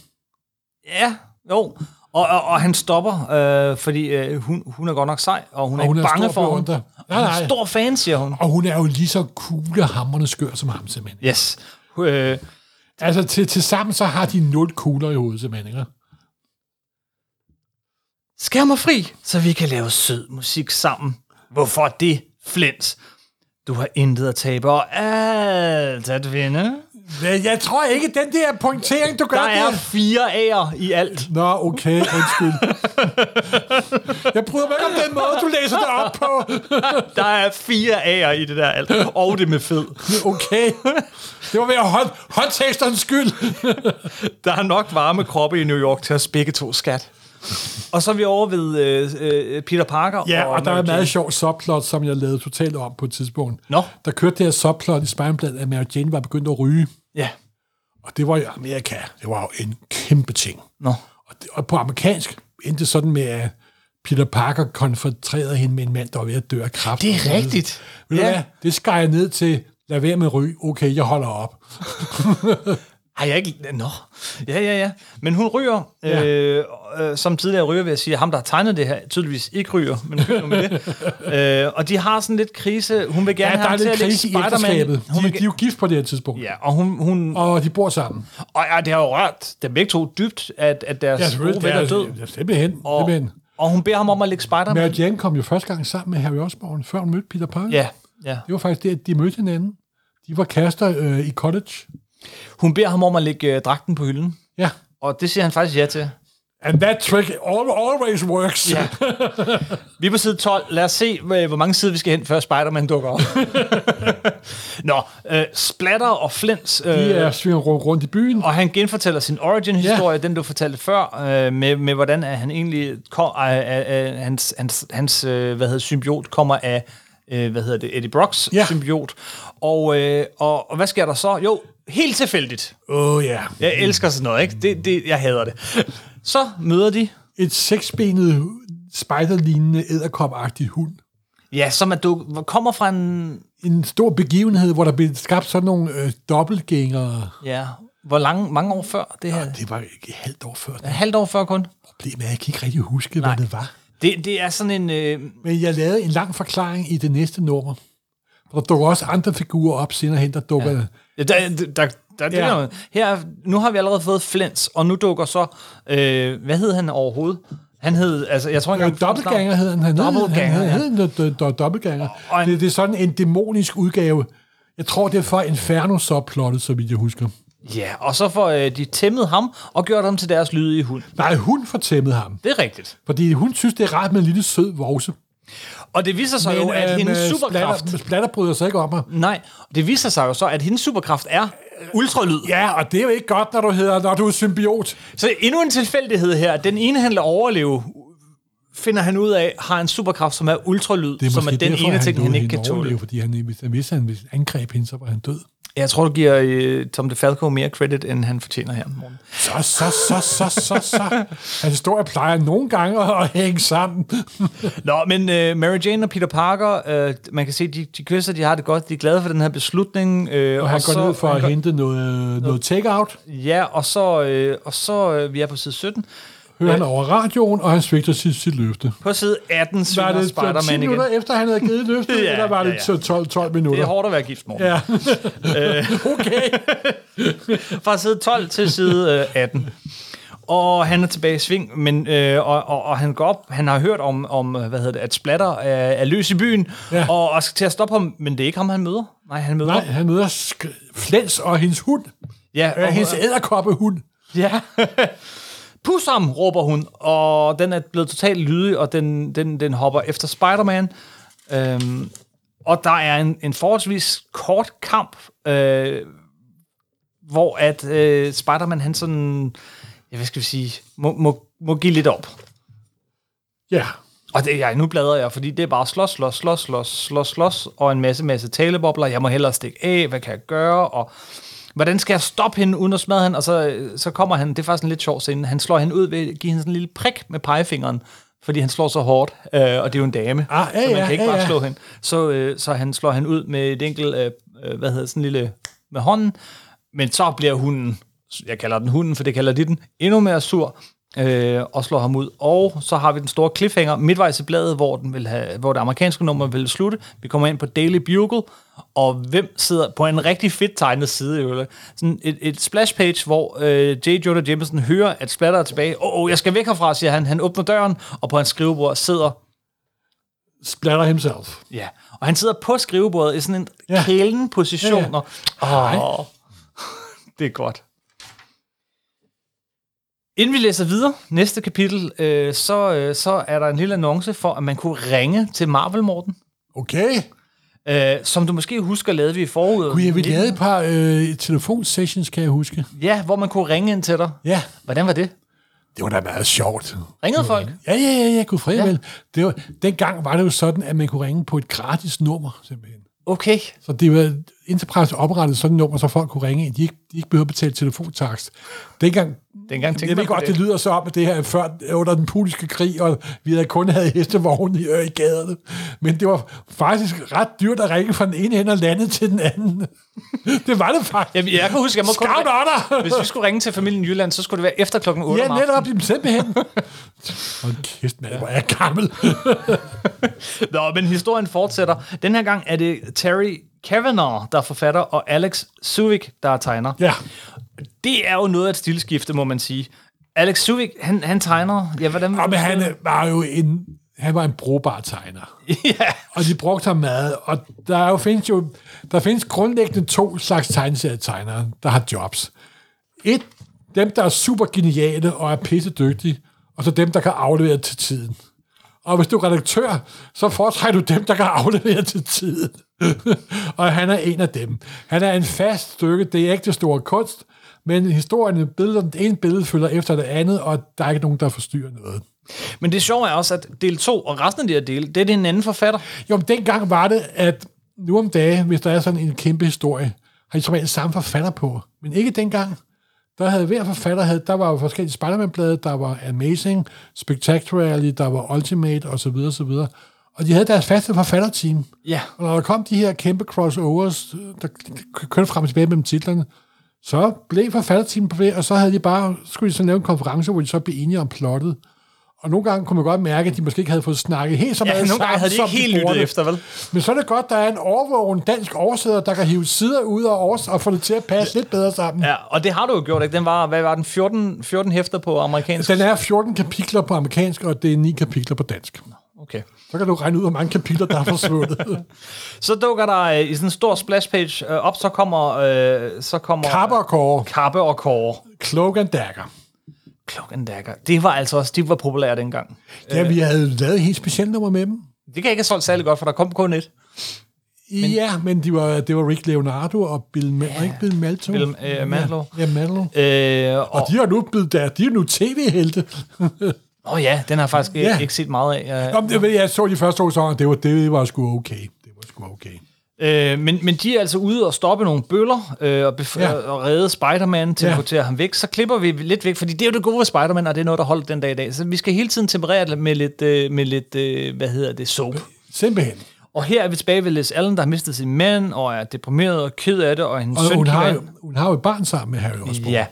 Ja, jo. Og, og, og han stopper, øh, fordi øh, hun, hun er godt nok sej, og hun er, Og hun ikke er bange stor for ham. beundrer. Hun Nej, er nej. en stor fan, siger hun. Og hun er jo lige så cool og hammerende skør som ham, simpelthen. Yes. Øh, Altså, til, til sammen så har de nul kugler i hovedet, simpelthen, ikke? skær mig fri, så vi kan lave sød musik sammen. Hvorfor det, Flint? Du har intet at tabe og alt at vinde. Men jeg tror ikke, den der pointering, du gør Der er fire A'er i alt. Nå, okay, undskyld. jeg bryder mig ikke om den måde, du læser det op på. Der er fire A'er i det der alt. Og det med fed. Okay. Det var ved at hånd, håndteksterens skyld. Der er nok varme kroppe i New York til os begge to, skat. Og så er vi over ved øh, øh, Peter Parker. Ja, og der er Mary en Jane. meget sjov subplot, som jeg lavede totalt om på et tidspunkt. Nå. Der kørte det her subplot i Spejlbladet, at Mary Jane var begyndt at ryge. Ja. Og det var i Amerika. Det var jo en kæmpe ting. Nå. Og, det, og på amerikansk endte det sådan med, at Peter Parker konfronterede hende med en mand, der var ved at dø af kræft. Det er rigtigt. Ved ja. Ja. du hvad? Det skar jeg ned til, lad være med ryg. Okay, jeg holder op. Har jeg ikke... Nå. Ja, ja, ja. Men hun ryger, ja. øh, øh, som tidligere ryger, vil jeg sige, at ham, der har tegnet det her, tydeligvis ikke ryger, men ryger med det. Øh, og de har sådan lidt krise. Hun vil gerne Ja, have der er ham til lidt at lægge krise i ægteskabet. Spider-Man. Hun De, vil de er ge- jo gift på det her tidspunkt. Ja, og hun, hun Og de bor sammen. og ja, det har jo rørt dem begge to dybt, at, at deres ja, gode ven er død. Ja, simpelthen. Og, Og, simpelthen. og hun beder ham om at lægge Spider-Man. Mary Jane kom jo første gang sammen med Harry Osborn, før hun mødte Peter Parker. Ja, ja. Det var faktisk det, at de mødte hinanden. De var kærester øh, i college. Hun beder ham om at lægge øh, dragten på hylden, Ja. og det siger han faktisk ja til. And that trick al- always works. Ja. Vi er på side 12. Lad os se, øh, hvor mange sider vi skal hen, før Spider-Man dukker op. Nå, øh, Splatter og Flint, øh, De er svinger rundt, rundt i byen. og han genfortæller sin origin-historie, den du fortalte før, øh, med, med hvordan at han egentlig kom, øh, øh, øh, hans, hans, hans øh, hvad hedder, symbiot kommer af, øh, hvad hedder det, Eddie Brocks Ja. symbiot. Og, øh, og, og hvad sker der så? Jo, helt tilfældigt. Åh, oh, ja. Jeg elsker sådan noget, ikke? Det, det, jeg hader det. Så møder de Et seksbenet, spiderlignende, æderkopagtig hund. Ja, som at du kommer fra en... En stor begivenhed, hvor der blev skabt sådan nogle øh, dobbeltgængere. Ja, hvor lang, mange år før det her? Det var ikke et halvt år før. Ja, halvt år før kun. Problemet er, at jeg kan ikke rigtig huske, Nej. hvad det var. Det, det er sådan en... Øh, Men jeg lavede en lang forklaring i det næste nummer. Der dukker også andre figurer op senere hen, der dukker... Ja. der, der, der, der, Ja. ja. her, er- nu har vi allerede fået Flens, og nu dukker så... Øh, hvad hed han overhovedet? Han hed... Altså, jeg tror ikke Ja, dobbeltganger hed han. Han hed, Dobbeltganger, han ja. hed, han hed ja. dobbeltganger. Og en- Det, det er sådan en dæmonisk udgave. Jeg tror, det er for Inferno subplottet, så vidt jeg husker. Ja, og så får øh, de tæmmet ham og gjort ham til deres lydige hund. Nej, hun fortæmmede ham. Det er rigtigt. Fordi hun synes, det er rart med en lille sød vovse. Og det viser sig Men, jo, at øhm, hendes øh, superkraft... Splatter, splatter bryder sig ikke om mig. Nej, det viser sig jo så, at hendes superkraft er ultralyd. Ja, og det er jo ikke godt, når du hedder, når du er symbiot. Så endnu en tilfældighed her. Den ene handler overleve, finder han ud af, har en superkraft, som er ultralyd, Det er som er måske den derfor, ene han ting, lod han ikke hende kan tåle. overleve, Fordi han, hvis, han vidste, at han hvis han angreb hende, så var han død. Jeg tror, du giver øh, Tom DeFalco mere credit, end han fortjener her. Morten. Så, så, så, så, så, så. Hans historie plejer nogle gange at hænge sammen. Nå, men øh, Mary Jane og Peter Parker, øh, man kan se, de, de kysser, de har det godt, de er glade for den her beslutning. Øh, Og han går så- ned for han at går- hente noget, øh, noget take-out. Ja, og så, øh, og så øh, vi er på side 17. Hører han over radioen, og han svigter sit, sit løfte. På side 18 Var syner det så 10 Spider-Man igen. minutter efter, han havde givet løftet, Ja, ja, eller var det ja, ja. så 12, 12 Det er minutter? hårdt at være gift, Morten. Øh. Ja. okay. fra side 12 til side øh, 18. Og han er tilbage i sving, men, øh, og, og, og han går op, han har hørt om, om øh, hvad hedder det, at Splatter er, er løs i byen, ja. Ja. og, og skal til at stoppe ham, men det er ikke ham, han møder. Nej, han møder... Nej, han møder sk- Flens og hendes hund. ja, Øh, og, hendes æderkoppehund. ja. Pusam, råber hun, og den er blevet totalt lydig, og den, den, den hopper efter Spider-Man. Øhm, og der er en, en forholdsvis kort kamp, øh, hvor at øh, Spider-Man, han sådan, ja, hvad skal vi sige, må, må, må give lidt op. Ja. Og det, jeg, nu bladrer jeg, fordi det er bare slås, slås, slås, slås, slås, slås, og en masse, masse talebobler. Jeg må hellere stikke af, hvad kan jeg gøre, og hvordan skal jeg stoppe hende uden at smadre hende? Og så, så kommer han, det er faktisk en lidt sjov scene, han slår hende ud ved at give hende sådan en lille prik med pegefingeren, fordi han slår så hårdt, øh, og det er jo en dame, Ah, ja, så man ja, kan ikke ja, bare ja. slå hende. Så, øh, så han slår hende ud med et enkelt, øh, øh, hvad hedder sådan en lille, med hånden, men så bliver hunden, jeg kalder den hunden, for det kalder de den, endnu mere sur, øh, og slår ham ud. Og så har vi den store cliffhanger midtvejs i bladet, hvor, den vil have, hvor det amerikanske nummer vil slutte. Vi kommer ind på Daily Bugle, og hvem sidder på en rigtig fedt tegnet side, i øvrigt. Sådan et, et splash page, hvor øh, J. Jonah Jameson hører, at Splatter er tilbage. Åh, oh, oh, jeg skal væk herfra, siger han. Han åbner døren, og på hans skrivebord sidder Splatter himself. Ja, og han sidder på skrivebordet i sådan en ja. Ja. kælen position. Ja, Ja, ja. Og, åh, det er godt. Inden vi læser videre, næste kapitel, øh, så, øh, så er der en lille annonce for, at man kunne ringe til Marvel Morten. Okay. Øh, som du måske husker, lavede vi i foråret. Kunne jeg vi lavede et par øh, telefonsessions, kan jeg huske. Ja, hvor man kunne ringe ind til dig. Ja. Hvordan var det? Det var da meget sjovt. Ringede folk? Ja, ja, ja, ja, kunne Ja. ja. vel. Det var, dengang var det jo sådan, at man kunne ringe på et gratis nummer, simpelthen. Okay. Så det var Enterprise oprettet sådan et nummer, så folk kunne ringe ind. De, ikke, de ikke behøvede at betale telefontakst. Dengang, Dengang tænkte jeg ved man på godt, det. det. lyder så om, at det her er før under den politiske krig, og vi havde kun havde hestevogne i, øh, i gaderne. Men det var faktisk ret dyrt at ringe fra den ene ende af landet til den anden. det var det faktisk. Jamen, jeg kan huske, jeg må kun... Scout Otter! Hvis vi skulle ringe til familien i Jylland, så skulle det være efter klokken 8 om Ja, aftenen. netop. Jamen, simpelthen. Hold kæft, mand. Hvor er jeg gammel. Nå, men historien fortsætter. Den her gang er det Terry Kavanagh, der er forfatter, og Alex Suvik, der er tegner. ja. Det er jo noget af et stilskifte, må man sige. Alex Suvik, han, han tegner... Ja, hvordan... Og men han øh, var jo en, han var en brugbar tegner. ja. Og de brugte ham meget. Og der er jo, findes jo der findes grundlæggende to slags tegneserietegnere, der har jobs. Et, dem, der er super geniale og er pisse dygtige, og så dem, der kan aflevere til tiden. Og hvis du er redaktør, så foretrækker du dem, der kan aflevere til tiden. og han er en af dem. Han er en fast stykke, det er ikke det store kunst, men historien, billederne, det ene billede følger efter det andet, og der er ikke nogen, der forstyrrer noget. Men det sjove er også, at del 2 og resten af de her dele, det er det en anden forfatter. Jo, men dengang var det, at nu om dage, hvis der er sådan en kæmpe historie, har de som regel samme forfatter på. Men ikke dengang. Der havde hver forfatter, havde, der var jo forskellige Spider-Man-blade, der var Amazing, Spectacularly, der var Ultimate osv. osv. Og de havde deres faste forfatterteam. Ja. Og når der kom de her kæmpe crossovers, der kørte frem og tilbage mellem titlerne, så blev forfatterteamet på det, og så havde de bare, skulle de så lave en konference, hvor de så blev enige om plottet. Og nogle gange kunne man godt mærke, at de måske ikke havde fået snakket helt så Ja, meget nogle gange sammen, havde de som ikke helt burde. lyttet efter, vel? Men så er det godt, der er en overvågen dansk oversætter, der kan hive sider ud og, overs- og få det til at passe lidt bedre sammen. Ja, og det har du jo gjort, ikke? Den var, hvad var den, 14, 14 hæfter på amerikansk? Den er 14 kapitler på amerikansk, og det er 9 kapitler på dansk. Okay. Så kan du regne ud, hvor mange kapitler, der er forsvundet. Så dukker der øh, i sådan en stor splashpage øh, op, så kommer... Øh, så kommer Kapper og kåre. Kappe og Kåre. Cloak and Dagger. Klokken dagger. Det var altså også, de var populære dengang. Ja, Øh. vi havde lavet et helt specielt nummer med dem. Det kan ikke have solgt særlig godt, for der kom kun et. Men, ja, men de var, det var Rick Leonardo og Bill, Ma- ja, ikke Bill Malto. Bill, øh, Mantlo. Ja, ja Mantlo. Øh, og, og Og de er nu blevet der, de er nu tv-helte. åh ja, den har jeg faktisk ja. Ja. ikke set meget af. Nå, men det, jeg så de første to sæsoner, det var, det var sgu okay. Det var sgu okay. Øh, men, men de er altså ude og stoppe nogle bøller øh, og, bef- ja. Ja. og redde Spider-Man, temporere ja. ham væk. Så klipper vi lidt væk, fordi det er jo det gode ved Spider-Man, og det er noget, der holder den dag i dag. Så vi skal hele tiden temperere det med lidt, øh, med lidt øh, hvad hedder det, soap. Simpelthen. Og her er vi tilbage ved Liz Allen, der har mistet sin mand, og er deprimeret og ked af det, og hendes Og søn hun gik har, af. jo, hun har jo et barn sammen med Harry Osborn. Ja.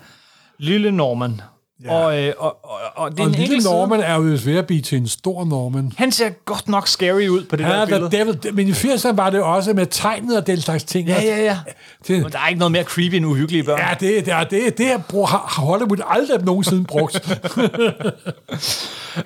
Lille Norman. Ja. Og, øh, og, og, og, det er Og en lille enkelt side. Norman er jo ved at blive til en stor Norman. Han ser godt nok scary ud på det Ja, der der billede. devil, men i 80'erne var det også med tegnet og den slags ting. Ja, ja, ja. Det, Men der er ikke noget mere creepy end uhyggelige børn. ja, det, det, det, det bruger, har Hollywood aldrig nogensinde brugt.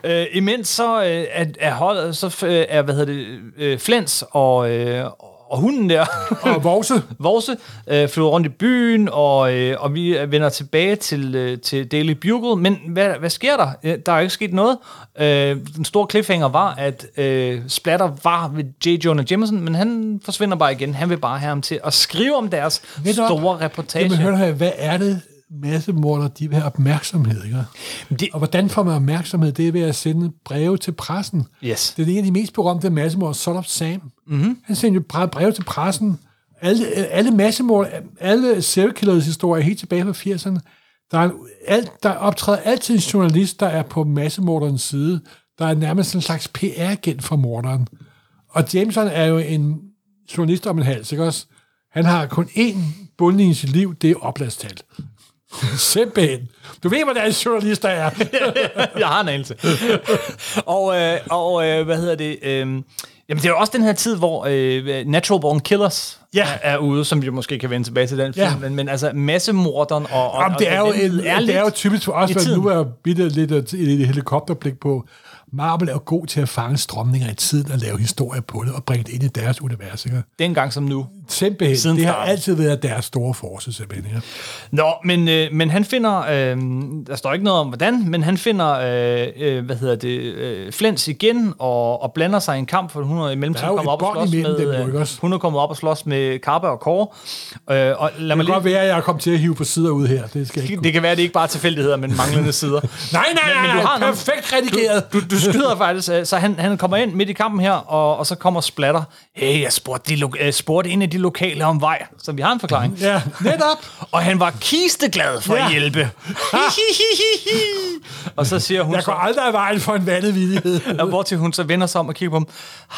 Øh, imens så øh, er, er holdet, så øh, er, hvad hedder det, øh, Flens og, øh, og hunden der, Og Vorse, Vorse, øh, flyver rundt i byen, og, øh, og vi vender tilbage til, øh, til Daily Bugle. Men hvad, hvad sker der? Øh, Der er jo ikke sket noget. Øh, den store cliffhanger var, at øh, Splatter var ved J. Jonah Jameson, men han forsvinder bare igen. Han vil bare have ham til at skrive om deres Ved du hvad? store reportage. jamen hør her, hvad er det massemorder, de vil have opmærksomhed, ikke? Det- Det... Og hvordan får man opmærksomhed? Det er ved at sende breve til pressen. Yes. Det er en af de mest berømte massemorder, Solop Sam. Mm-hmm. Han sendte jo bre- breve til pressen. Alle, alle massemord, alle serial killers historier helt tilbage fra 80'erne, der, er, en- alt, der optræder altid en journalist, der er på massemorderens side. Der er nærmest en slags PR-agent for morderen. Og Jameson er jo en journalist om en hals, ikke også? Han har kun én bundlinje i sit liv, det er opladstal. Simpelthen. Du ved, hvordan journalister er. jeg har en anelse. og øh, og øh, hvad hedder det? Øh, jamen, det er jo også den her tid, hvor øh, Natural Born Killers Ja. er ude, som vi måske kan vende tilbage til den film, Ja. men, men altså massemorderen og... og Jamen, det, er jo, og, en, er det er jo typisk for os, i at tiden. nu er bitte lidt et, et helikopterblik på. Marvel er jo god til at fange strømninger i tiden og lave historier på det og bringe det ind i deres univers. Ikke? dengang som nu. Simpelthen, Siden Siden det har starten. altid været deres store force, simpelthen. Ikke? Nå, men, øh, men han finder, øh, der står ikke noget om hvordan, men han finder, øh, øh, hvad hedder det, øh, Flens igen, og, og blander sig i en kamp, for hun er i Der er mellemtiden jo kommet et op, og bånd slås imellem med, dem, øh, ikke også? hun er kommet op og slås med Karpe og Kåre. Øh, og lad mig Det kan godt lige, være, at jeg er kommet til at hive på sider ud her. Det skal jeg ikke det kan være, at det ikke bare er tilfældigheder, men manglende sider. Nej, nej, nej, men du nej, har nej nogle- perfekt redigeret. Du, du skyder faktisk, øh, så han, han kommer ind midt i kampen her, og, og så kommer Splatter. Hey, jeg spurgte, de lo- øh, spurgte en af de lokale om vej, så vi har en forklaring. Ja, netop. Og han var kisteglad for ja. Ja. at hjælpe. og så siger hun, Jeg går så, aldrig af vejen for en vandevillighed. og hvortil hun så vender sig om og kigger på ham.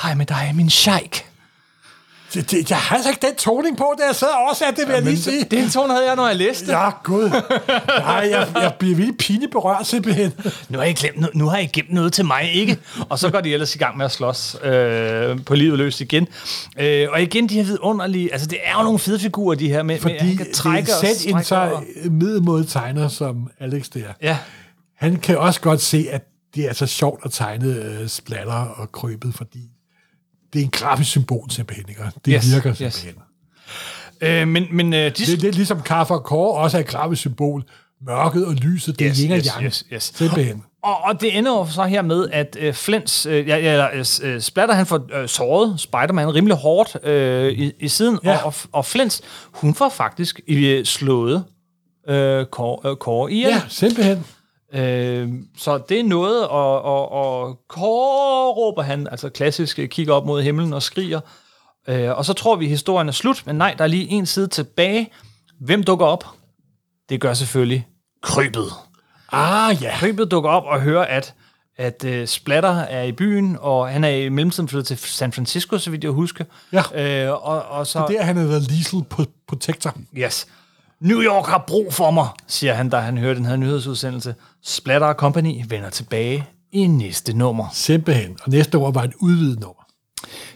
Hej med dig, min sheik. Det- det- Jeg har altså ikke den toning på, da jeg sad og oversatte det, vil jeg lige sige. Det er en tone, havde jeg, når jeg læste. Ja, gud. Nej, jeg, jeg bliver vildt pinligt berørt simpelthen. Nu har, I glemt, no- nu har I gemt noget til mig, ikke? Og så går de ellers i gang med at slås øh, på livet løs igen. Øh, og igen, de her vidunderlige... Altså, det er jo nogle fede figurer, de her med, med at Fordi han kan trække det er og selv en strække og- så middelmodig tegner som Alex der. Ja, Han kan også godt se, at det er så sjovt at tegne øh, splatter og krybet, fordi det er en grafisk symbol simpelthen. Ikke? Det Yes, yes, virker yes. simpelthen. Yes. øh, men, men øh, de... Det er lidt ligesom kaffe og kåre også er et grafisk symbol. Mørket og lyset, det Yes, er yin og yes, yang. yes, yes. Simpelthen. Og, og det ender jo så her med, at øh, Flens, øh, ja, ja, eller, øh, s- øh, Splatter, han får øh, såret Spider-Man rimelig hårdt øh, i, i siden, ja. Ja. og, og, og Flens, hun får faktisk øh, slået øh, Kåre, øh, Kåre ihjel. Ja, simpelthen. Øh, så det er noget, og, og, og Kåre råber han, altså klassisk øh, kigger op mod himlen og skriger. Øh, og så tror vi, historien er slut, men nej, der er lige en side tilbage. Hvem dukker op? Det gør selvfølgelig krybet. Ah, ja. Krybet dukker op og hører, at, at uh, Splatter er i byen, og han er i mellemtiden flyttet til San Francisco, så vidt jeg husker. Ja. Øh, og, og så... Der han har været Liesel Pro- Protector. Yes. New York har brug for mig, siger han, da han hører den her nyhedsudsendelse. Splatter og Company vender tilbage i næste nummer. Simpelthen. Og næste år var en udvidet nummer.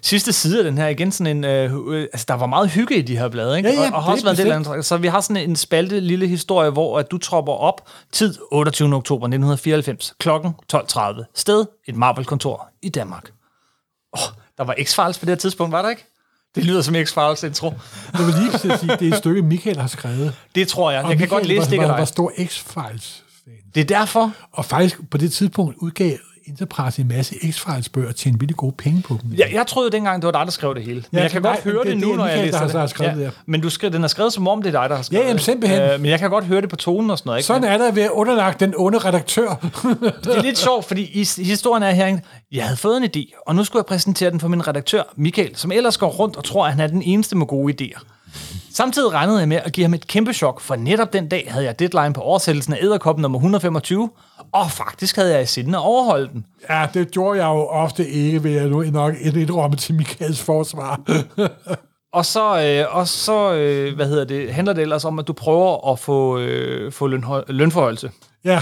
Sidste side af den her igen sådan en... Øh, øh, altså, der var meget hygge i de her blade, ikke? Ja, ja, og, og har det også er været lidt bestemt. andet. Så vi har sådan en spalte lille historie, hvor at du tropper op tid 28. oktober 1994 kl. 12.30. Sted, et Marvel-kontor i Danmark. Oh, der var X-Files på det her tidspunkt, var der ikke? Det lyder som X-Files intro. Jeg vil lige præcis sige, det er et stykke, Michael har skrevet. Det tror Altså, jeg. Og Jeg kan Michael godt læse det, var, var, var dig. stor X-Files-fan. Det er derfor, Og faktisk på det tidspunkt udgav Enterprise en masse X-Files-bøger og tjente vildt gode penge på dem. Jeg, jeg troede dengang, det var dig, der skrev det hele. Men Ja, jeg kan nej, godt høre det, det- det nu, det er når jeg Michael, læser der det. har- der har skrevet det, ja. Men du skrev, den er skrevet som om, det er dig, der har skrevet jamen, det. simpelthen. Øh, men jeg kan godt høre det på tonen og sådan noget. Ikke? Sådan er der ved at underlagt den onde redaktør. Det er lidt sjovt, fordi i, historien er her, ikke? jeg havde fået en idé, og nu skulle jeg præsentere den for min redaktør, Michael, som ellers går rundt og tror, at han er den eneste med gode idéer. Samtidig regnede jeg med at give ham et kæmpe chok, for netop den dag havde jeg deadline på oversættelsen af Æderkoppen nummer 125, og faktisk havde jeg i sinde at overholde den. ja, det gjorde jeg jo ofte ikke, vil jeg nu nok indrømme til Michaels forsvar. Og så, øh, og så øh, hvad hedder det, handler det ellers om, at du prøver at få, øh, få lønho- lønforhøjelse. ja,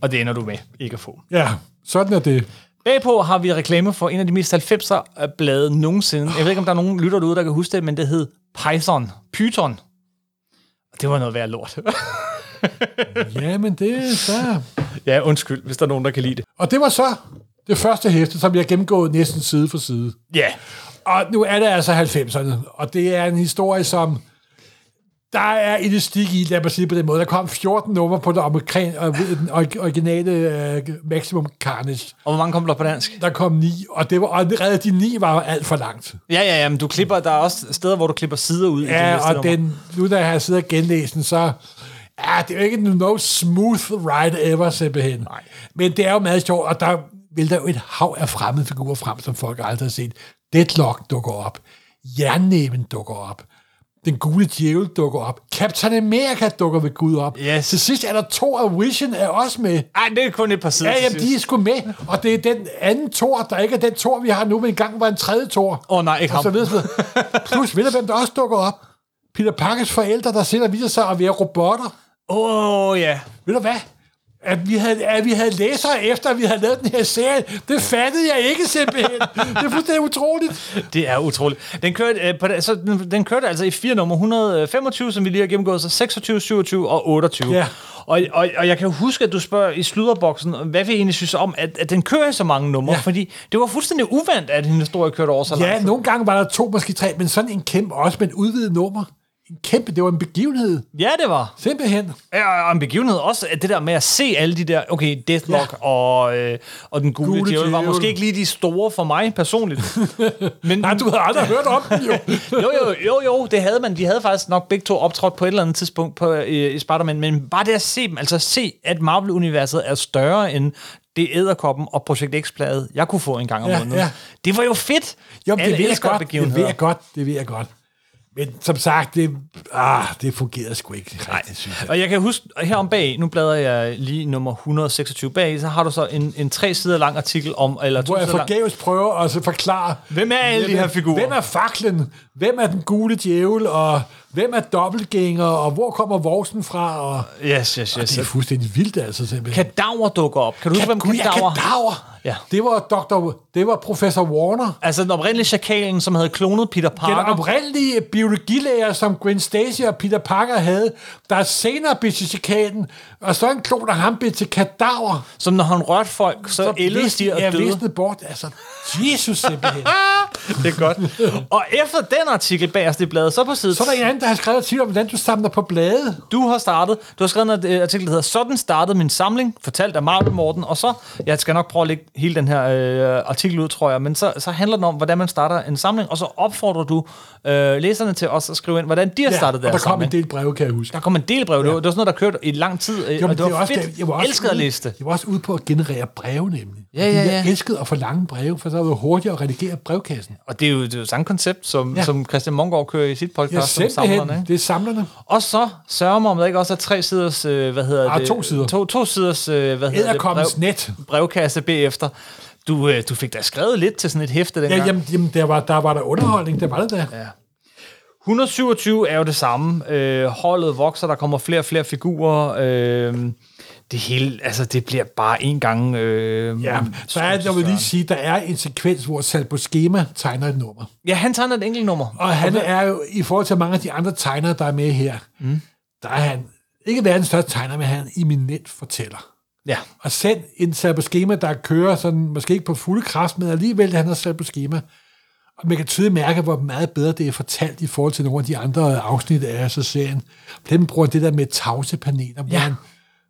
Og det ender du med ikke at få. ja, sådan er det. Bagpå har vi reklame for en af de mest 90'er blade nogensinde. Jeg ved ikke, om der er nogen lytter derude, der kan huske det, men det hed Python. Python. Og det var noget værd lort. Jamen, det er så. ja, undskyld, hvis der er nogen, der kan lide det. Og det var så det første hæfte, som jeg gennemgået næsten side for side. Ja. Og Og nu er det altså 90'erne, og det er en historie, som der er elastik i, lad mig sige det på den måde. Der kom 14 numre på den, omkring, øh, den or- originale øh, Maximum Carnage. Og hvor mange kom der på dansk? Der kom ni, og, det var, og allerede de ni var alt for langt. Ja, ja, ja, men du klipper, der er også steder, hvor du klipper sider ud. i Ja, næste og nummer. den, nu da jeg har siddet og genlæst den, så... Ja, det er jo ikke no smooth ride ever, simpelthen. Nej. Men det er jo meget sjovt, og der vil der jo et hav af fremmede figurer frem, som folk aldrig har set. Deadlock dukker op. Jernnæven dukker op. Den gule djævel dukker op. Captain America dukker ved Gud op. Yes. Til sidst er der to af Vision er også med. Ej, det er kun et par sider Ja, til jamen, sidst. de er sgu med, og det er den anden tor, der ikke er den tor, vi har nu, men engang var en tredje tor. Åh, nej, ikke og så ham. videre, så videre. Plus, ved du, hvem der også dukker op? Peter Parkers forældre, der senere viser sig at være robotter. Åh, oh, ja. Ved du hvad? At vi, havde, at vi havde læsere efter, at vi havde lavet den her serie, det fattede jeg ikke simpelthen. Det er fuldstændig utroligt. Det er utroligt. Den kørte, øh, på, da- så den, den kørte altså i fire nummer, 125, som vi lige har gennemgået, så 26, 27 og 28. Ja. Og, og, og jeg kan jo huske, at du spørger i sludderboksen, hvad vi egentlig synes om, at, at den kører i så mange numre, Ja. ja. fordi det var fuldstændig uvandt, at hendes historie kørte over så langt. Ja, nogle gange var der to, måske tre, men sådan en kæmpe, også med en udvidet nummer. En kæmpe, det var en begivenhed. ja det var. Simpelthen. Ja, og en begivenhed også, at det der med at se alle de der, okay, Deathlock ja. og, øh, og den gule, Gule gule djævel var djævel. måske ikke lige de store for mig personligt. Men, Nej, du havde aldrig hørt om den jo. jo, jo, jo, jo, det havde man. De havde faktisk nok begge to optrådt på et eller andet tidspunkt på, øh, i Spider-Man, men bare det at se dem, altså se, at Marvel-universet er større end det æderkoppen og Projekt X-plade, jeg kunne få en gang om Ja, måneden. ja. Det var jo fedt. Jo, men det Alle ved jeg elsker godt, det ved begivenheder. jeg godt, det ved jeg godt. Men som sagt, det, ah, det fungerede sgu ikke rigtig, synes jeg. Og jeg kan huske, og herom bag, nu bladrer jeg lige nummer 126 bag, så har du så en, en tre sider lang artikel om, eller to Hvor jeg sider lang. forgæves prøver at så forklare... Hvem er alle de her figurer? Hvem er faklen? Hvem er den gule djævel? Og hvem er dobbeltgænger? Og hvor kommer vorsen fra? Og, Yes, yes, det yes. er fuldstændig vildt, altså simpelthen. Kadaver dukker op. Kan du huske, hvem Gud, ja, kadaver? kadaver. Ja. Det var, doktor, det var professor Warner. Altså den oprindelige chakalen, som havde klonet Peter Den Parker. oprindelige biologilærer, som Gwen Stacy og Peter Parker havde, der senere blev til chikanen, og så en klon af ham blev til kadaver. Som når han rørte folk, så, så ældede de og jeg døde. visnede bort. Altså, Jesus simpelthen. Det er godt. og efter den artikel bagerst i bladet, så på side... Så er der en anden, der har skrevet artikel om, hvordan du samler på blade. Du har startet. Du har skrevet en øh, artikel, der hedder Sådan startede min samling, fortalt af Marvel Morten. Og så, jeg skal nok prøve at lægge hele den her øh, artikel ud, tror jeg, men så, så handler den om, hvordan man starter en samling, og så opfordrer du øh, læserne til også at skrive ind, hvordan de har startet og der deres kom en samling. del breve, kan jeg huske. Der kom en del brev. Ja. Det, var, det var sådan noget, der kørte i lang tid, øh, og men det, var er fedt. det- jeg var også elskede at ude- læse det. Jeg var også ude på at generere breve, nemlig. Ja, Fordi ja, Jeg ja. elskede at få lange breve, for så var det hurtigt at redigere brevkassen. Og det er jo det er jo samme koncept, som, Ja. ja. som Christian Mongård kører i sit Jeg podcast. om simpelthen, samlerne, ikke? det er samlerne. Og så sørger man om, der ikke også er tre siders, øh, hvad hedder Ah, det? to sider. To, to siders, øh, hvad hedder det? Edderkoppens net. Brevkasse bagefter. Du, øh, du fik da skrevet lidt til sådan et hæfte dengang. Ja, jamen, jamen der, var, der var der underholdning, der var det der. Ja. 127 er jo det samme. Øh, holdet vokser, der kommer flere og flere figurer. Øh, det hele, altså det bliver bare en gang... Øh, Ja, der er, jeg vil lige sige, der er en sekvens, hvor Salbo Schema tegner et nummer. ja, han tegner et enkelt nummer. Og han er jo, i forhold til mange af de andre tegnere, der er med her, mm. der er han ikke verdens største tegner, men han er en eminent fortæller. Ja. Og selv en Salbo-schema, der kører sådan, måske ikke på fulde kraft, men alligevel han har Salbo-schema. Og man kan tydeligt mærke, hvor meget bedre det er fortalt i forhold til nogle af de andre afsnit af så serien. Dem bruger det der med tavse paneler, hvor, Ja. han,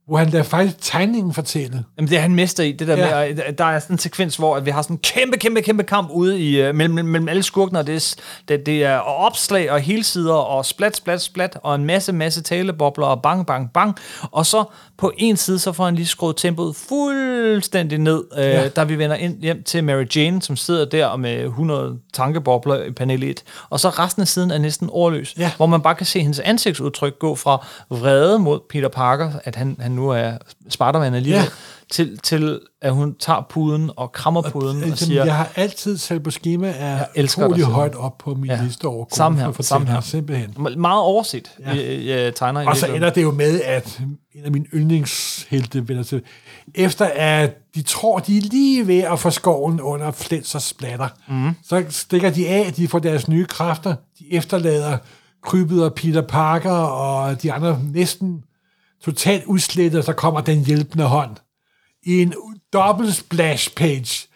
hvor han lader faktisk tegningen fortælle. Jamen, det er han mester i, det der Ja. ja. med, at der er sådan en sekvens, hvor at vi har sådan en kæmpe, kæmpe, kæmpe kamp ude i, uh, mellem, mellem alle skurkene, og det, er s- det, det er og opslag og helsider og splat, splat, splat, og en masse, masse talebobler og bang, bang, bang. Og så på en side, så får han lige skruet tempoet fuldstændig ned, uh, ja. da vi vender ind hjem til Mary Jane, som sidder der med 100 tankebobler i panel 1, og så resten af siden er næsten ordløs, Ja. hvor man bare kan se hendes ansigtsudtryk gå fra vrede mod Peter Parker, at han, han nu er Spider-Man alligevel, Ja. ja til, til at hun tager puden og krammer puden og Altså, siger, jeg har altid Salbo-schema er elsker dig, utrolig Salbo. højt op på min ja. liste over gode Samme her, fortællere, samme her. Simpelthen. meget overset, ja. jeg, jeg tegner i Og så virkeligheden. ender det jo med, at en af mine yndlingshelte vender til. Efter at de tror, de er lige ved at få skoven under flens og splatter, mm. så stikker de af, de får deres nye kræfter, de efterlader krybet og Peter Parker og de andre næsten totalt udslettet, og så kommer den hjælpende hånd i en dobbelt splash page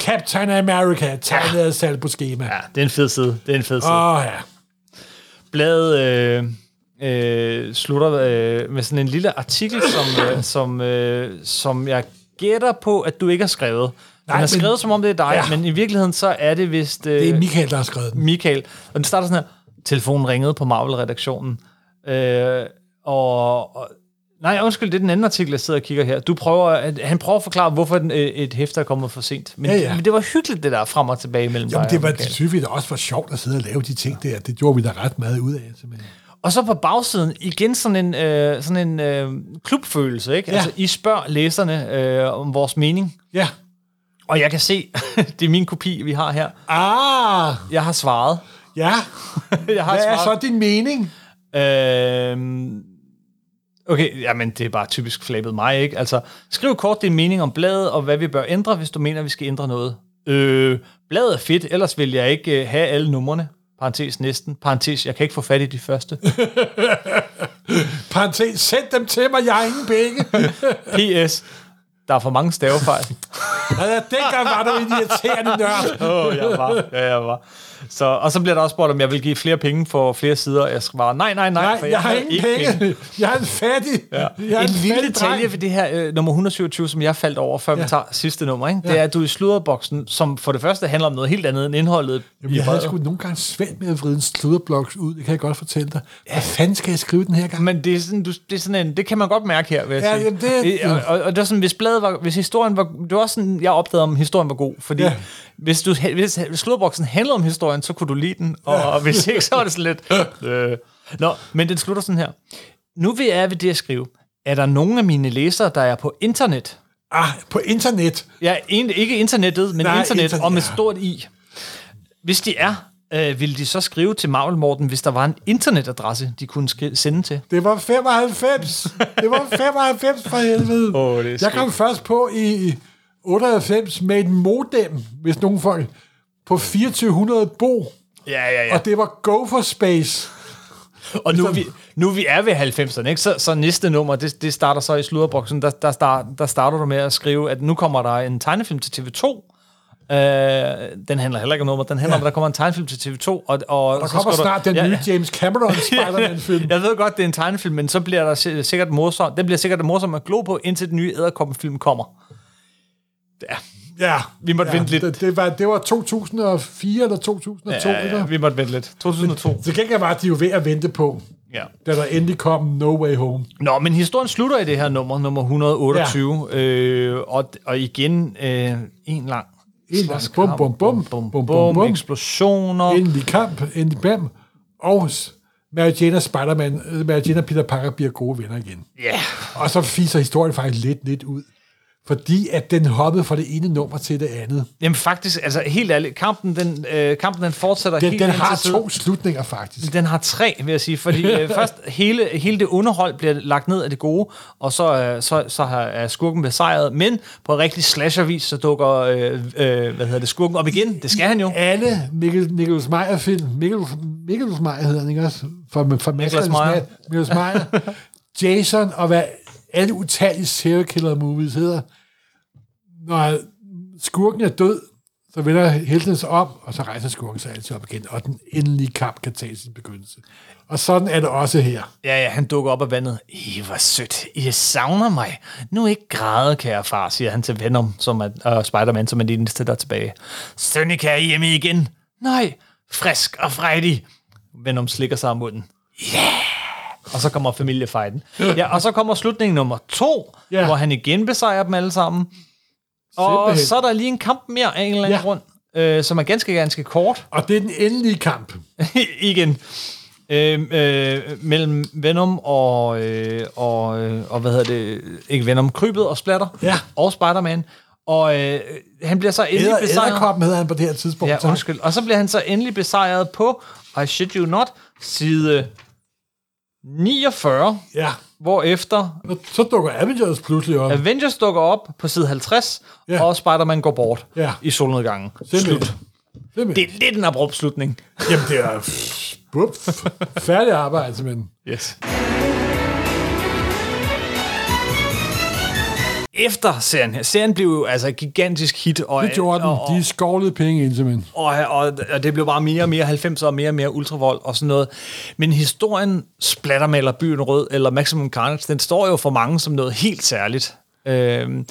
Captain America, tegnet af salg på schema. Ja, det er en fed side. Det er en fed side. Åh ja. Bladet øh, øh, slutter øh, med sådan en lille artikel, som, øh, som, øh, som jeg gætter på, at du ikke har skrevet. Den Nej, er men- skrevet, som om det er dig, ja. Ja. men i virkeligheden så er det vist... Øh, Det er Michael, der har skrevet den. Michael. Og den starter sådan her. Telefonen ringede på Marvel-redaktionen. Øh, og, og, nej, undskyld, det er den anden artikel, jeg sidder og kigger her. Du prøver, at- han prøver at forklare, hvorfor den, øh, et hæfte er kommet for sent. Men, Ja, ja. men det var hyggeligt, det der frem og tilbage mellem Jamen, dig det og var Michael. det synes vi da også var sjovt at sidde og lave de ting der. Det gjorde vi da ret meget ud af, simpelthen. Og så på bagsiden, igen sådan en, øh, sådan en øh, klubfølelse, ikke? Ja. Ja. Altså, I spørger læserne øh, om vores mening. Ja. Og jeg kan se, det er min kopi, vi har her. Ah, Jeg har svaret. ja. Jeg har Hvad er svaret. så din mening? Øhm, okay, jamen det er bare typisk flabet mig, ikke? Altså, skriv kort din mening om bladet, og hvad vi bør ændre, hvis du mener, vi skal ændre noget. Øh, bladet er fedt, ellers vil jeg ikke øh, have alle numrene. Parentes næsten. Parentes, jeg kan ikke få fat i de første. Parenthes, send dem til mig, jeg har ingen penge. P.S. Der er for mange stavefejl. altså, dengang var du en irriterende nørd. Åh, oh, jeg var. Ja, jeg var. Så, og så bliver der også spurgt, om jeg vil give flere penge for flere sider. Jeg skal bare, nej, nej, nej, Nej, for jeg, jeg har havde ingen penge. Jeg er en fattig. Ja. Jeg er en lille fattig dreng. detalje ved det her øh, nummer 127, som jeg faldt over, før ja. vi Ja. tager sidste nummer, ikke? det er, at du er i sludderboksen, som for det første handler om noget helt andet end indholdet Jamen, i jeg havde brevet. sgu nogle gange svært med at vride en sludderbloks ud, det kan jeg godt fortælle dig. Hvad fanden skal jeg skrive den her gang? Men det er, sådan, du, det er sådan en, det kan man godt mærke her, vil jeg Ja, sige. jamen, det- Øh, og, og, og det var sådan, hvis bladet var, hvis historien var, det var også sådan, jeg opdagede, om historien var god, fordi ja. Ja. hvis, du, hvis sludderboksen handlede om historien, så kunne du lide den, og, ja. og hvis ikke, så var det sådan lidt... Øh. Nå, men den slutter sådan her. Nu vil jeg ved det at skrive. Er der nogen af mine læsere, der er på internet? Ah, på internet. Ja, en, ikke internettet, men Nej, internet internet, og med ja. stort i. Hvis de er, øh, ville de så skrive til Marvel Morten, hvis der var en internetadresse, de kunne skri- sende til? Det var 95. Det var 95 for helvede. Åh, det er jeg skidt. kom først på i i 98 med et modem, hvis nogen folk, på 2400 bo. Ja, ja, Ja. Og det var Go for Space. Og nu, er vi, nu er vi er ved 90'erne, ikke? Så, så næste nummer, det, det starter så i sludderboksen, der, der, start, der starter du med at skrive, at nu kommer der en tegnefilm til TV2. Øh, den handler heller ikke om nummer, den handler ja. om, at der kommer en tegnefilm til TV2. Og, og, og Der kommer snart den nye James Cameron Spider-Man-film. Jeg ved godt, det er en tegnefilm, men så bliver der si- sikkert morsom. Den bliver sikkert morsom at glo på, indtil den nye æderkoppen-film kommer. Ja. Vi måtte ja. vente lidt. Det, det, var, det var 2004 eller 2002. Ja, ja, vi måtte vente lidt. 2002. Til gengæld var de jo ved at vente på, Ja. da der endelig kom No Way Home. Nå, men historien slutter i det her nummer, nummer 128. Ja. Øh, og, og igen, øh, en lang... En lang bum, bum, bum, bum, bum, bum, bum, bum. eksplosioner. Endelig kamp, endelig bam. Og s- Mary Jane og Spider-Man, øh, Mary Jane og Peter Parker bliver gode venner igen. Ja, yeah. Og så fiser historien faktisk lidt, lidt ud. Fordi at den hoppede fra det ene nummer til det andet. jamen faktisk, altså helt ærligt, kampen den, øh, kampen, den fortsætter Den, helt den ind har til to slutninger faktisk. Den har tre, vil jeg sige, fordi øh, først hele, hele det underhold bliver lagt ned af det gode, og så, øh, så, så har, er skurken besejret, men på rigtig slashervis, så dukker øh, øh, hvad hedder det, skurken op igen. Det skal han jo. Alle Mikkel, Nicholas Meyer film, Mikkel, Mikkel Meyer hedder han ikke også? For, for Nicholas Meyer. Nicholas Meyer. Jason og hvad alle utallige serial killer movies hedder. Når skurken er død, så vender helten sig om, og så rejser skurken sig altid op igen, og den endelige kamp kan tage sin begyndelse. Og sådan er det også her. Ja, ja, han dukker op af vandet. I, hvor sødt. I savner mig. Nu ikke græde, kære far, siger han til Venom som er, og Spider-Man, som er den eneste, der er tilbage. Sønneke er hjemme igen. Nej, frisk og fredig. Venom slikker sig om munden. Yeah! Og så kommer familiefejden. Ja, og så kommer slutningen nummer to, Ja. hvor han igen besejrer dem alle sammen. Og Simpelthen. så er der lige en kamp mere af en eller anden Ja. grund, øh, som er ganske, ganske kort. Og det er den endelige kamp. igen. Øhm, øh, mellem Venom og, øh, og, øh, og, hvad hedder det, ikke Venom, Krybet og Splatter, Ja. og Spider-Man, og øh, han bliver så endelig Æder, besejret, æderkoppen hedder han på det her tidspunkt. ja, tak. undskyld, og så bliver han så endelig besejret på, I shit you not, side 49, ja. hvorefter Så dukker Avengers pludselig op. Avengers dukker op på side 50, Ja. og Spider-Man går bort Ja. i solnedgangen. Simpelthen. Slut. Simpelthen. Det er lidt en abrupt slutning. Jamen, det er... pff, Bup, færdig arbejde, simpelthen. Yes. efter serien her. Serien blev jo altså et gigantisk hit. Og, Det gjorde den. Og, og, De skovlede penge ind simpelthen. og, og, og det blev bare mere og mere 90'er og mere og mere ultravold og sådan noget. Men historien Splattermaler Byen Rød eller Maximum Carnage, den står jo for mange som noget helt særligt. Øhm,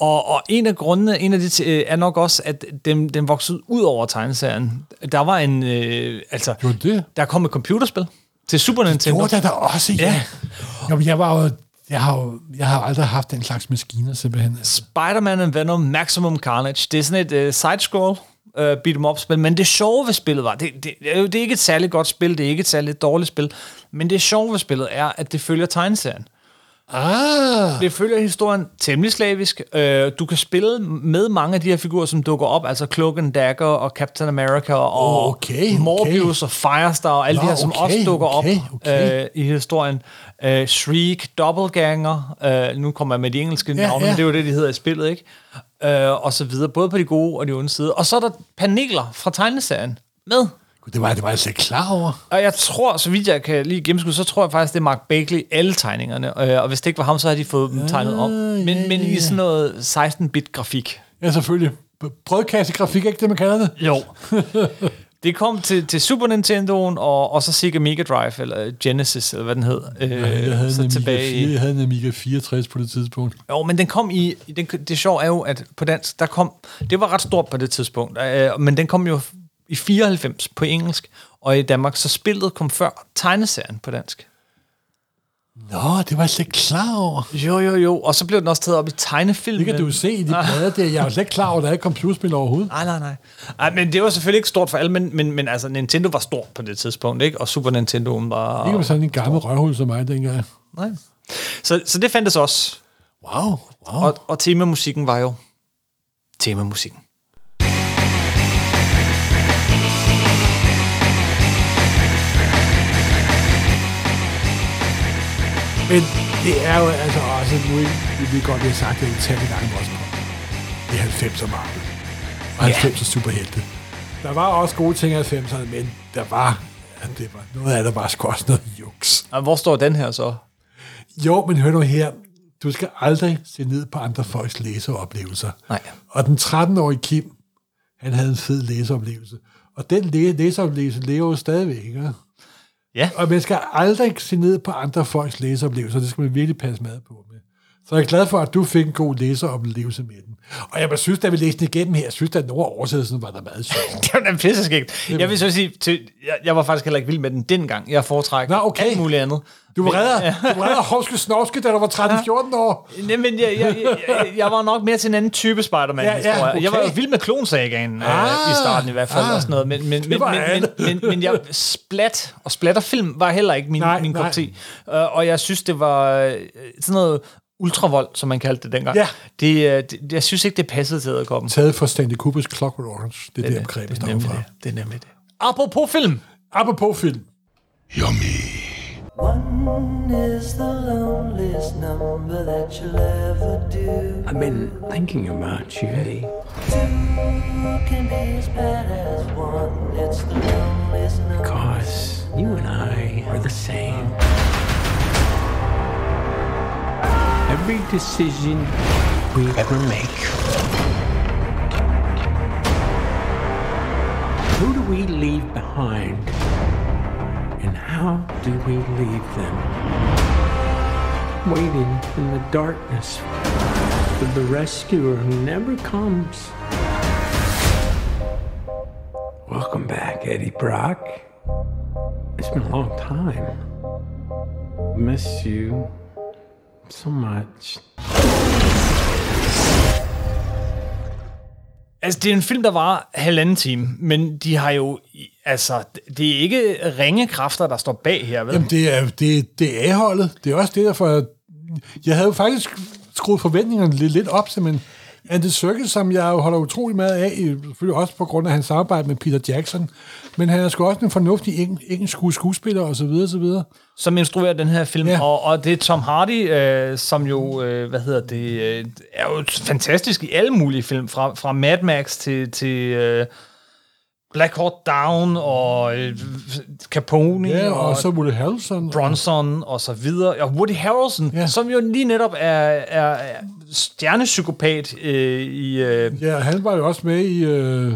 og, og en af grundene en af de, til- øh, er nok også, at den, den voksede ud over tegneserien. Der var en... Øh, altså, Gjorde det? Der kom et computerspil til Super Nintendo. Gjorde der da også, ja. Ja. ja. Jamen, jeg var jo... Jeg har, jo, jeg har aldrig haft den slags maskiner, simpelthen. Altså. Spider-Man and Venom Maximum Carnage. Det er sådan et uh, side-scroll uh, beat em up spil men det sjove ved spillet var, det, det, det er jo- det er ikke et særligt godt spil, det er ikke et særligt dårligt spil, men det sjove ved spillet er, at det følger tegneserien. Ah! Det følger historien temmelig slavisk. Øh, du kan spille med mange af de her figurer, som dukker op, altså Cloak and Dagger og Captain America og Okay, okay. Morbius og Firestar og alle Nå, de her, som okay, også dukker okay, op okay. Øh, i historien. Øh, Shriek, Doppelganger, øh, nu kommer jeg med de engelske Ja, navne, ja. men det er jo det, de hedder i spillet, ikke? Øh, og så videre, både på de gode og de onde sider. Og så er der paneler fra tegneserien med. Gud, Det var, det var jeg slet ikke klar over. Og jeg tror, så vidt jeg kan lige gennemskue, så tror jeg faktisk, det er Mark Bagley alle tegningerne. Øh, Og hvis det ikke var ham, så havde de fået dem tegnet om. Men, Ah, ja, men ja, i ja. sådan noget 16-bit grafik. Ja, selvfølgelig. B- Brødkassegrafik, er ikke det, man kalder det? Jo. det kom til, til Super Nintendoen, og, og så Sega Mega Drive, eller Genesis, eller hvad den hed. Øh, Jeg havde, en så Amiga tilbage 4, i. jeg havde en Amiga 64 på det tidspunkt. Jo, men den kom i... i Den, det sjove er jo, at på dansk, der kom... Det var ret stort på det tidspunkt, øh, men den kom jo i 94 på engelsk, og i Danmark, så spillet kom før tegneserien på dansk. Nå, det var jeg slet ikke klar over. Jo, jo, jo. Og så blev den også taget op i tegnefilmen. Det kan du jo se i Ah. de plader der. Jeg er jo slet ikke klar over, at der er et computerspil overhovedet. Nej, nej, nej. Ej, men det var selvfølgelig ikke stort for alle, men, men, men altså, Nintendo var stort på det tidspunkt, ikke? Og Super Nintendoen var... Ikke med sådan en gammel røvhul som mig dengang. Nej. Så, så det fandtes også. Wow, wow. Og, og temamusikken var jo... Temamusikken. Men det er jo altså også nu, vi ved godt, vi har sagt det en tæt gang også på. Det er 90'er Marvel. Og 90'er superhelte. Der var også gode ting i 90'erne, men der var, ja, det var noget af det var sgu også noget juks. Og hvor står den her så? Jo, men hør nu her. Du skal aldrig se ned på andre folks læseoplevelser. Nej. Og den 13-årige Kim, han havde en fed læseoplevelse. Og den læ- læseoplevelse lever jo stadigvæk, ikke? Ja. Og man skal aldrig se ned på andre folks læseoplevelser. Det skal man virkelig passe meget på med. Så jeg er glad for, at du fik en god læseoplevelse med den. Og jeg synes, da vi læste den igennem her, jeg synes, at nogle af oversættelsen var der meget sjov. Det var da pisseskægt. Jeg vil så sige, til, jeg, jeg, var faktisk heller ikke vild med den dengang. Jeg foretrækker Nå, okay. alt muligt andet. Du var Men- redder, du var redder Hovske Snorske, da du var 13-14 år. Nej, men jeg, jeg, jeg, jeg var nok mere til en anden type Spider-Man. Ja, Ja, ja, ja, okay. Jeg var jo okay. vild med klonsagaen ah, Ah, i starten i hvert fald. Ah, ah. og sådan noget. Men, men, men, var men, han. men, men, men jeg, splat og splatterfilm var heller ikke min, Nej, min kop nej. te. Øh, og jeg synes, det var øh, sådan noget ultravold, som man kaldte det dengang. Ja. Det, øh, det, jeg synes ikke, det passede til at komme. Taget fra Stanley Kubrick's Clockwork Orange. Det er det, det, det, det, det, nemlig fra. det. det er nemlig det. Apropos film. Apropos film. One is the loneliest number that you'll ever do. I've been thinking about you, Eddie. Can be as bad as one. It's the loneliest number. Because you and I are the same. Every decision we ever make, who do we leave behind? And how do we leave them? Waiting in the darkness for the rescuer who never comes. Welcome back, Eddie Brock. It's been a long time. Miss you so much. Altså, det er en film, der var halvanden time, men de har jo... i- Altså, det er ikke ringe kræfter, der står bag her, vel? Jamen, det er, det, det er A-holdet. Det er også det, derfor... Jeg havde jo faktisk skruet forventningerne lidt, lidt op, men Andy Serkis, som jeg jo holder utrolig meget af, i- selvfølgelig også på grund af hans samarbejde med Peter Jackson, men han er sgu også en fornuftig eng, engelsk skue- skuespiller, og så videre, så videre. som instruerer den her film, Ja. ja. og, og det er Tom Hardy, øh, som jo, øh, hvad hedder det, øh, er jo fantastisk i alle mulige film, fra, fra Mad Max til, til øh, Black Hawk Down og øh, Capone Ja, og så Woody Harrelson. Bronson og så videre, og Woody Harrelson, Ja. ja. som jo lige netop er, er, er stjernepsykopat øh, i... Øh, Ja, han var jo også med i øh,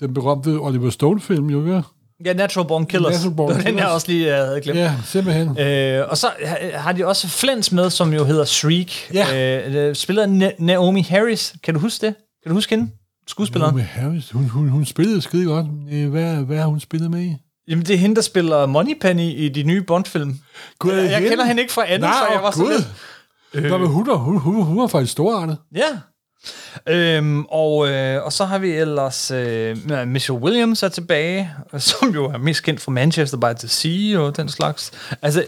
den berømte Oliver Stone-film, jo ikke? ja, Natural Born Killers. Natural Born det var den, jeg Killers. også lige øh, havde glemt. Ja, simpelthen. Øh, og så ha- har de også Flens med, som jo hedder Shriek. Ja. Øh, øh, spiller Na- Naomi Harris. Kan du huske det? Kan du huske hende? Skuespilleren? Naomi Harris, hun, hun, hun spillede skide godt. Øh, Hvad, hvad har hun spillet med i? Jamen, det er hende, der spiller Moneypenny i de nye Bond-film. Gud, jeg, jeg hende? kender hende ikke fra andet, så jeg var sådan lidt... Øh. Nå, men hun, var- hun, hun, hun var faktisk storartet. Ja. Øhm, og, øh, og så har vi ellers øh, ja, Michelle Williams er tilbage, som jo er mest kendt fra Manchester by the Sea og den slags. Altså,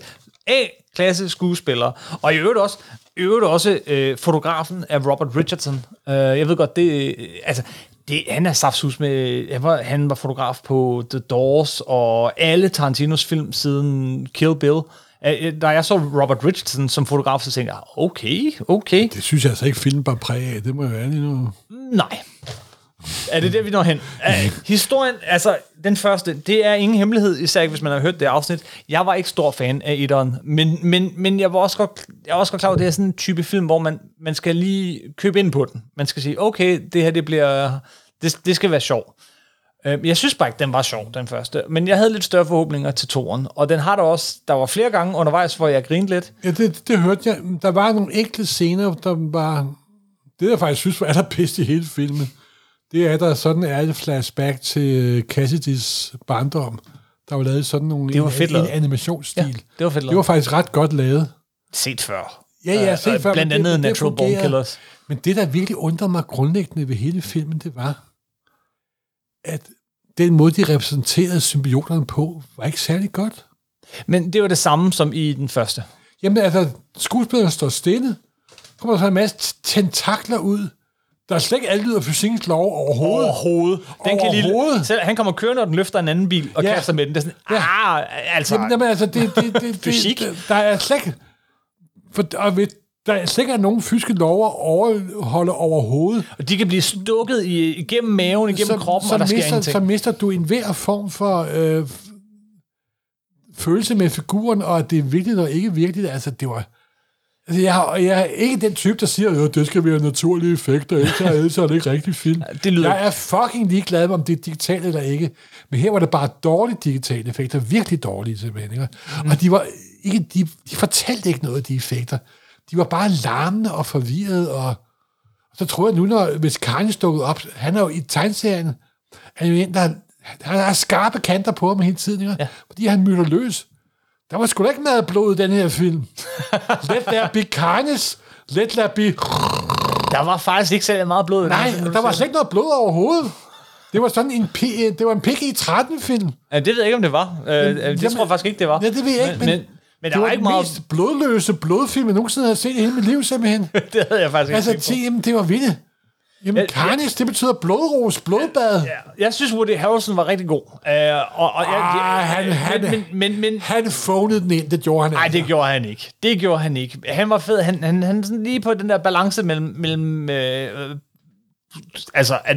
A-klasse skuespiller. Og i øvrigt også, i øvrigt også øh, fotografen af Robert Richardson. Øh, jeg ved godt, det, øh, altså, det, han er saftsus med, han var, han var fotograf på The Doors og alle Tarantinos film siden Kill Bill. Øh, Da jeg så Robert Richardson som fotograf, så tænkte jeg, okay, okay. Det synes jeg altså ikke, filmen bare præg af. Det må jeg være lige nu. Nej. Er det der, vi når hen? Uh, historien, altså den første, det er ingen hemmelighed, især ikke, hvis man har hørt det afsnit. Jeg var ikke stor fan af etteren, men, men, men jeg var også godt, jeg var også godt klar over, at det er sådan en type film, hvor man, man skal lige købe ind på den. Man skal sige, okay, det her det bliver, det, det skal være sjovt. Øh, Jeg synes bare ikke, den var sjov, den første. Men jeg havde lidt større forhåbninger til toren. Og den har der også... Der var flere gange undervejs, hvor jeg grinede lidt. Ja, det, det hørte jeg. Der var nogle enkelte scener, der var... Det, jeg faktisk synes var allerpist i hele filmen, det er, at der sådan er et flashback til øh, Cassidys barndom. Der var lavet sådan nogle, Det var en, fedt en lavet. animationsstil. Ja, det var fedt det var lavet. faktisk ret godt lavet. Set før. Ja, ja, Øh, set og før, Blandt men det- andet men det Natural Born fungerer. Killers. Men det, der virkelig undrede mig grundlæggende ved hele filmen, det var, at den måde, de repræsenterede symbioterne på, var ikke særlig godt. Men det var det samme som i den første. Jamen altså, skuespilleren står stille, kommer der så en masse tentakler ud, der er slet ikke alt lyder fysikkens lov overhovedet. Overhovedet. Den kan lige, Overhovedet. selv, han kommer kørende, og den løfter en anden bil og Ja. ja. kaster med den. Det er sådan, Ja. ah, altså... Jamen, jamen altså, det, det, det, det, Fysik. det der er slet ikke, for, og ved, der er slet ikke er nogen fysiske lov at overholde overhovedet. Og de kan blive stukket i, igennem maven, igennem så, kroppen, så og der sker mister, ingenting. så mister du enhver form for øh, f- følelse med figuren, og at det er vigtigt og ikke vigtigt. Altså, det var... Altså, jeg, har- og jeg er ikke den type, der siger, at det skal være naturlige effekter, ellers er, ellers er det ikke rigtig film. det lyder- Jeg er fucking ligeglad med, om det er digitalt eller ikke. Men her var det bare dårlige digitale effekter, virkelig dårlige simpelthen. Ikke? Mm. Og de, var ikke, de, de fortalte ikke noget, de effekter. De var bare larmende og forvirrede, og så tror jeg nu, når, hvis Karnes dukkede op, han er jo i tegneserien, han er jo en, der, han har skarpe kanter på ham hele tiden, ikke? Ja. fordi han mylder løs. Der var sgu da ikke meget blod i den her film. Let there be kindness. Let there be... Der var faktisk ikke særlig meget blod. i den Nej, her film, når du der var siger slet ikke noget blod overhovedet. Det var sådan en, P, det var en PG-13-film. det. Ja, det ved jeg ikke, om det var. Øh, øh, det jamen, tror jeg faktisk ikke, det var. Ja, det ved jeg ikke, men, men, men, men der var det var ikke den meget... mest blodløse blodfilm, jeg nogensinde har set i hele mit liv, simpelthen. det havde jeg faktisk altså, ikke tænkt til, jamen, det var vildt. Jamen, Ja, ja. Carnage, det betyder blodros, blodbad. på. Ja, Jeg synes, Woody Harrelson var rigtig god. Øh, og, og jeg, Ah, han, men- han, men, men, men, han phonede den ind, det gjorde han Nej, altså. det gjorde han ikke. Det gjorde han ikke. Han var fed. Han, han, han sådan lige på den der balance mellem, mellem øh, øh, altså at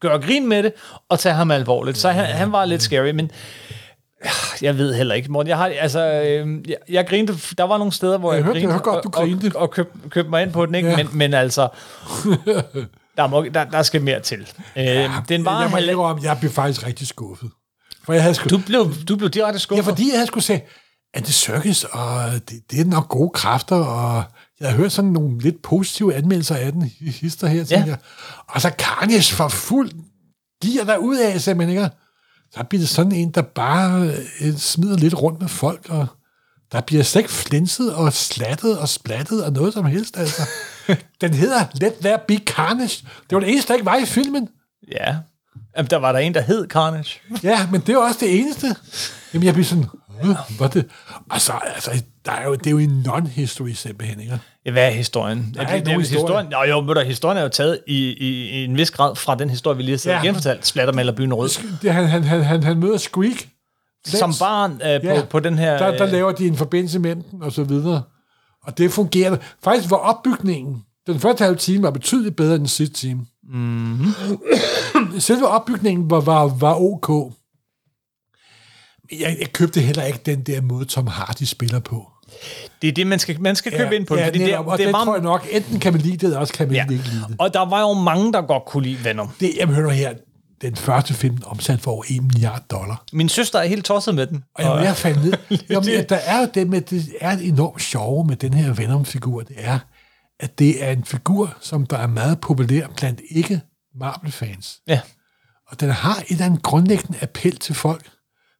gøre grin med det, og tage ham alvorligt. Så han, han var lidt scary, men ah, jeg ved heller ikke, Morten. Jeg, har, altså, øh, jeg, jeg grinte, der var nogle steder, hvor jeg, hørte det. grinte, Jeg hørte godt, du og, og, grinte. og køb, købte mig ind på den, ikke? Ja. Ja. Men, men altså, der, må, der, der skal mere til. Øh, den var jeg, må halv- indrømme, jeg blev faktisk rigtig skuffet. For jeg havde sku... du, blev, du blev direkte Ja, skuffet. fordi jeg havde skulle se, at det circus, og det, det er nok gode kræfter, og jeg havde hørt sådan nogle lidt positive anmeldelser af den hi- hister her, tænkte jeg. Og så Carnage for fuld giver der ud af, simpelthen, ikke? Så bliver det sådan en, der bare øh, smider lidt rundt med folk, og der bliver slet ikke flinset og slattet og splattet og noget som helst, altså. den hedder Let There Be Carnage. Det var det eneste, der ikke var i filmen. Ja. Jamen, der var der en, der hed Carnage. Ja, men det er jo også det eneste. Jamen, jeg bliver sådan, øh, hvor det... Og så, altså, der er jo, det er jo en non-history simpelthen, ikke? Ja, Hvad er historien? Der er ikke nogen historien. Nå, jo, men der, historien er jo taget i, i, i en vis grad fra den historie, vi lige har siddet Ja. ja. genfortalt. Splattermaler byen rød. Det, han, han, han, han, han møder Squeak. Som barn øh, på, ja. på den her... Der, der øh, laver de en forbindelse mellem dem, og så videre. Og det fungerer. Faktisk var opbygningen, den første halve time var betydeligt bedre end den sidste time. Mm-hmm. Selve opbygningen var, var, var ok. Men jeg, jeg købte heller ikke den der måde, Tom Hardy spiller på. Det er det, man skal, man skal købe ind på. Ja, fordi det, netop, og det, er meget... tror meget, jeg nok, enten kan man lide det, eller også kan man ja. ikke lide det. ja. Og der var jo mange, der godt kunne lide Venom. det, jeg hører her, den første film omsat for over 1 milliard dollar. Min søster er helt tosset med den. Og jeg er ved at falde ned. Jamen, ja, der er jo det med, det er et enormt sjove med den her Venom-figur, det er, at det er en figur, som der er meget populær blandt ikke Marvel-fans. Ja. Og den har en eller anden grundlæggende appel til folk,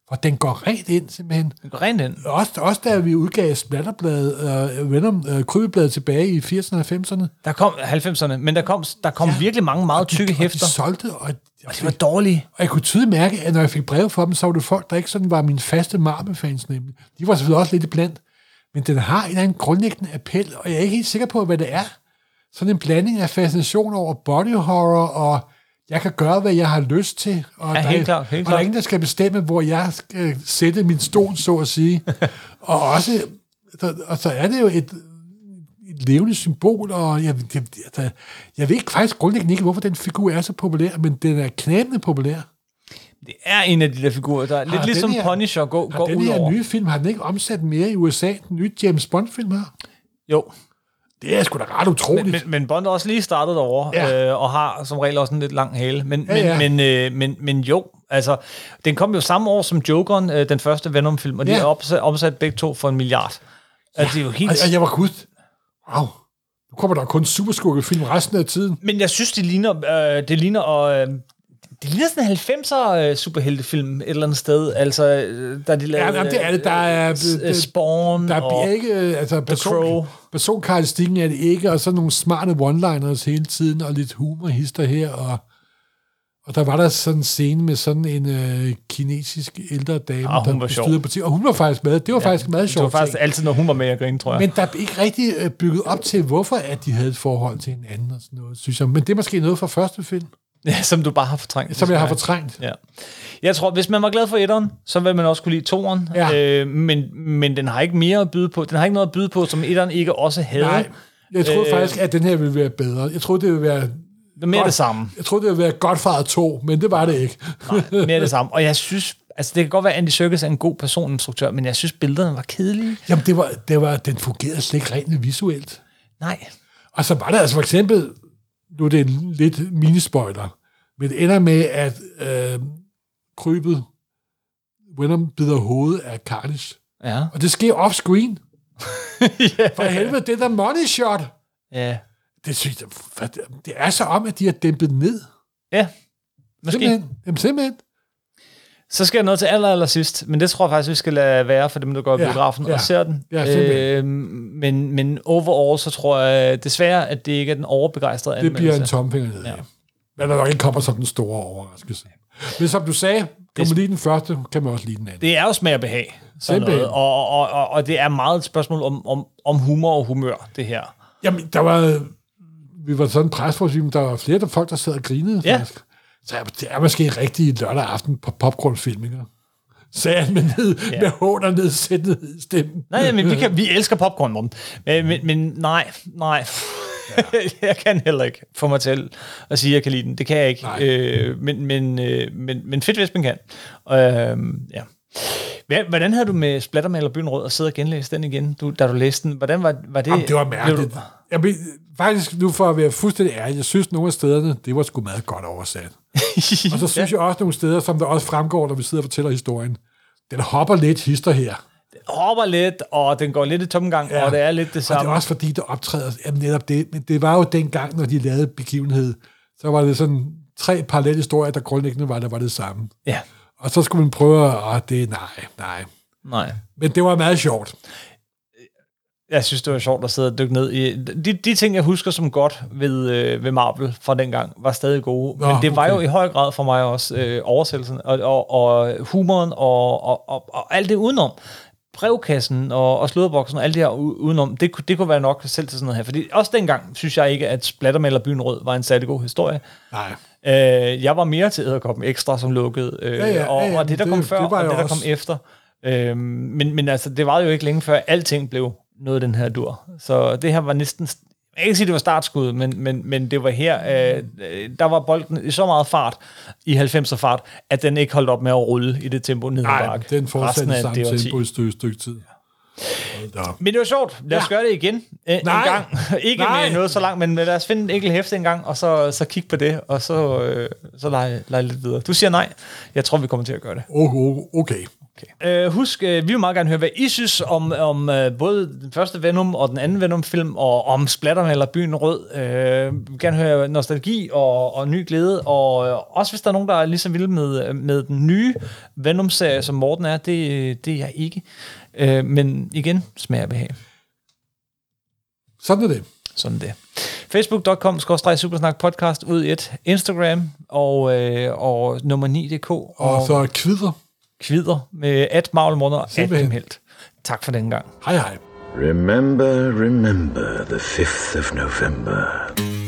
og den går rent ind simpelthen. Rent ind. Også, også da vi udgav Splatterbladet, øh, Venom, øh, Krybebladet tilbage i 80'erne og 90'erne. Der kom 90'erne, men der kom, der kom ja. virkelig mange meget tykke Og de hæfter. Altså, solgte, og, og Det var dårlige. Og jeg kunne tydeligt mærke, at når jeg fik breve fra dem, så var det folk, der ikke sådan var mine faste Marvel-fans nemlig. De var selvfølgelig også lidt blandt. Men den har en eller anden grundlæggende appel, og jeg er ikke helt sikker på, hvad det er. Sådan en blanding af fascination over body horror, og jeg kan gøre, hvad jeg har lyst til. Og Ja, der, helt er- klart, helt og der er klart. ingen, der skal bestemme, hvor jeg skal sætte min stol, så at sige. og også, der, og så er det jo et, et levende symbol, og jeg, jeg, jeg, jeg ved ikke faktisk grundlæggende ikke, hvorfor den figur er så populær, men den er knæbende populær. Det er en af de der figurer, der er lidt Har ligesom den her- Punisher går, Har går den ud her over. nye film, har den ikke omsat mere i USA, den nye James Bond-film her? Jo, Det er sgu da ret utroligt. men, men Bond er også lige startet over Ja. ja. øh, og har som regel også en lidt lang hale. Men, Ja, ja. Men, men, øh, men, men jo, altså, den kom jo samme år som Jokeren, øh, den første Venom-film, og de Ja. er opsat, omsat begge to for en milliard. Altså, det er jo helt... og, og jeg var kudt. Wow. Nu kommer der kun superskurke film resten af tiden. Men jeg synes, det ligner, øh, det ligner, øh, det ligner sådan en 90'er øh, superheltefilm et eller andet sted. Altså, øh, der de lavede... Ja, jamen, det er det. Der er- øh, s- øh, det- Spawn Der og... bliver ikke, øh, altså person, Crow. personkarakteristikken er det ikke, og så nogle smarte one-liners hele tiden, og lidt humor hister her, og, og der var der sådan en scene med sådan en øh, kinesisk ældre dame, Ah, hun der var sjov. bestyder parti, og hun var faktisk med, det var ja, faktisk en meget det var sjovt. faktisk altid, når hun var med, jeg grinede, tror jeg. Men der er ikke rigtig øh, bygget op til, hvorfor at de havde et forhold til hinanden og sådan noget, synes jeg. Men det er måske noget fra første film, Ja, som du bare har fortrængt. som jeg har desværre. fortrængt. Ja. Jeg tror, hvis man var glad for etteren, så vil man også kunne lide toeren. Ja. Øh, men, men den har ikke mere at byde på. Den har ikke noget at byde på, som etteren ikke også havde. Nej, jeg troede øh, Øh. faktisk, at den her ville være bedre. Jeg troede, det ville være... Det er mere det samme. Jeg troede, det ville være Godfather 2, men det var det ikke. Nej, mere det samme. Og jeg synes, altså det kan godt være, at Andy Serkis er en god personinstruktør, men jeg synes, billederne var kedelige. Jamen, det var, det var, den fungerede slet ikke rent visuelt. Nej. Og så var der altså for eksempel, nu er det en lidt minispoiler, men det ender med, at øh, krybet Venom bider hovedet af Carnage. Ja. Og det sker off-screen. For helvede, det er da money shot. Ja. Det, synes jeg, hvad det- det er så om, at de har dæmpet ned. Ja. Måske. Simpelthen. Jamen, simpelthen. Så skal jeg noget til aller, aller sidst, men det tror jeg faktisk, vi skal lade være for dem, der går i Ja, ja, biografen ja, ja. og ser den. Ja, simpelthen. øh, men, men overall, så tror jeg desværre, at det ikke er den overbegejstrede Det bliver anmeldelse. en tomfinger ned. Ja. Men der nok ikke kommer som den store overraskelse. Men som du sagde, kan man lide den første, kan man også lide den anden. det er jo smag og behag. Sådan Simpelthen. noget. Og, og, og, og det er meget et spørgsmål om, om, om humor og humør, det her. Jamen, der var... Vi var sådan en presforsyn, der var flere der folk, der sad og grinede, Ja. faktisk. Så jeg- det er måske en rigtig lørdag aften på popcornfilm, ikke? Sagde han med, ned, ja. Ja. med hånd og nedsættet i stemmen. Nej, men vi, kan, vi elsker popcorn, Morten. Men, men, men nej, nej. jeg kan heller ikke få mig til at sige, at jeg kan lide den. Det kan jeg ikke. Nej. Øh, men, men, øh, men, men fedt, hvis man kan. Øh, ja. Hvad- Hvordan havde du med Splattermaler Byen Rød at sidde og genlæse den igen, du, da du læste den? Hvordan var, var det? Jamen, det var blev mærkeligt. du- Jeg blev, faktisk, nu for at være fuldstændig ærlig, jeg synes, nogle af stederne, det var sgu meget godt oversat. og så synes ja. jeg også nogle steder, som der også fremgår, når vi sidder og fortæller historien, den hopper lidt hister her. Hopper lidt, og den går lidt i tomgang, ja. og det er lidt det Og det samme. er også fordi, der optræder jamen, netop det. Men det var jo dengang, når de lavede begivenhed, så var det sådan tre parallelle historier, der grundlæggende var, der var det samme. Ja, Og så skulle man prøve at, åh, det nej, nej. nej. Men det var meget sjovt. Jeg synes, det var sjovt at sidde og dykke ned i... De, de ting, jeg husker som godt ved, øh, ved Marvel fra dengang, var stadig gode. Nå, Nå, Men det var okay. jo i høj grad for mig også øh, oversættelsen og, og, og humoren og, og, og, og alt det udenom. Brevkassen og, og sludderboksen og alt det her u- udenom, det, kunne- det kunne være nok selv til sådan noget her. Fordi også dengang synes jeg ikke, at Splattermaler Byen Rød var en særlig god historie. Nej. Øh, jeg var mere til Æderkoppen Ekstra, som lukkede, øh, Ja, ja, og, ja, ja, og det, der det- kom før, det var og jeg det, der også. kom efter. Øh, men, men altså, det var jo ikke længe før, alting blev noget af den her dur. Så det her var næsten, jeg kan ikke sige, det var startskud, men, men, men det var her, øh, øh, der var bolden i så meget fart, i 90'er fart, at den ikke holdt op med at rulle i det tempo ned ad Nej, bakke. den Resten fortsatte af i samme det årti. tempo i et stykke, stykke tid. Hold da op. Men det var sjovt. Lad os Ja. ja. gøre det igen øh, Nej. en gang. ikke Nej. med noget så langt, men lad os finde en enkelt hæfte en gang, og så, så kigge på det, og så, øh, så lege, lege lidt videre. Du siger nej. Jeg tror, vi kommer til at gøre det. Oh, oh, okay. Okay. Øh, husk, øh, vi vil meget gerne høre, hvad I synes om, om øh, både den første Venom og den anden Venom-film, og om Splatterne eller Byen Rød. Øh, vi vil gerne høre nostalgi og, og ny glæde, og øh, også hvis der er nogen, der er ligesom vilde med, med den nye Venom-serie, som Morten er, det, øh, det er jeg ikke. Øh, men igen, smag og behag. Sådan er det. Sådan det. Facebook.com supersnak podcast ud i et. Instagram og, øh, og nummer 9.dk og, Og og så kvidder. kvider med at Maglmorder og at Simpelthen. Held. Tak for den gang. Hej hej. Remember, remember the 5th of November.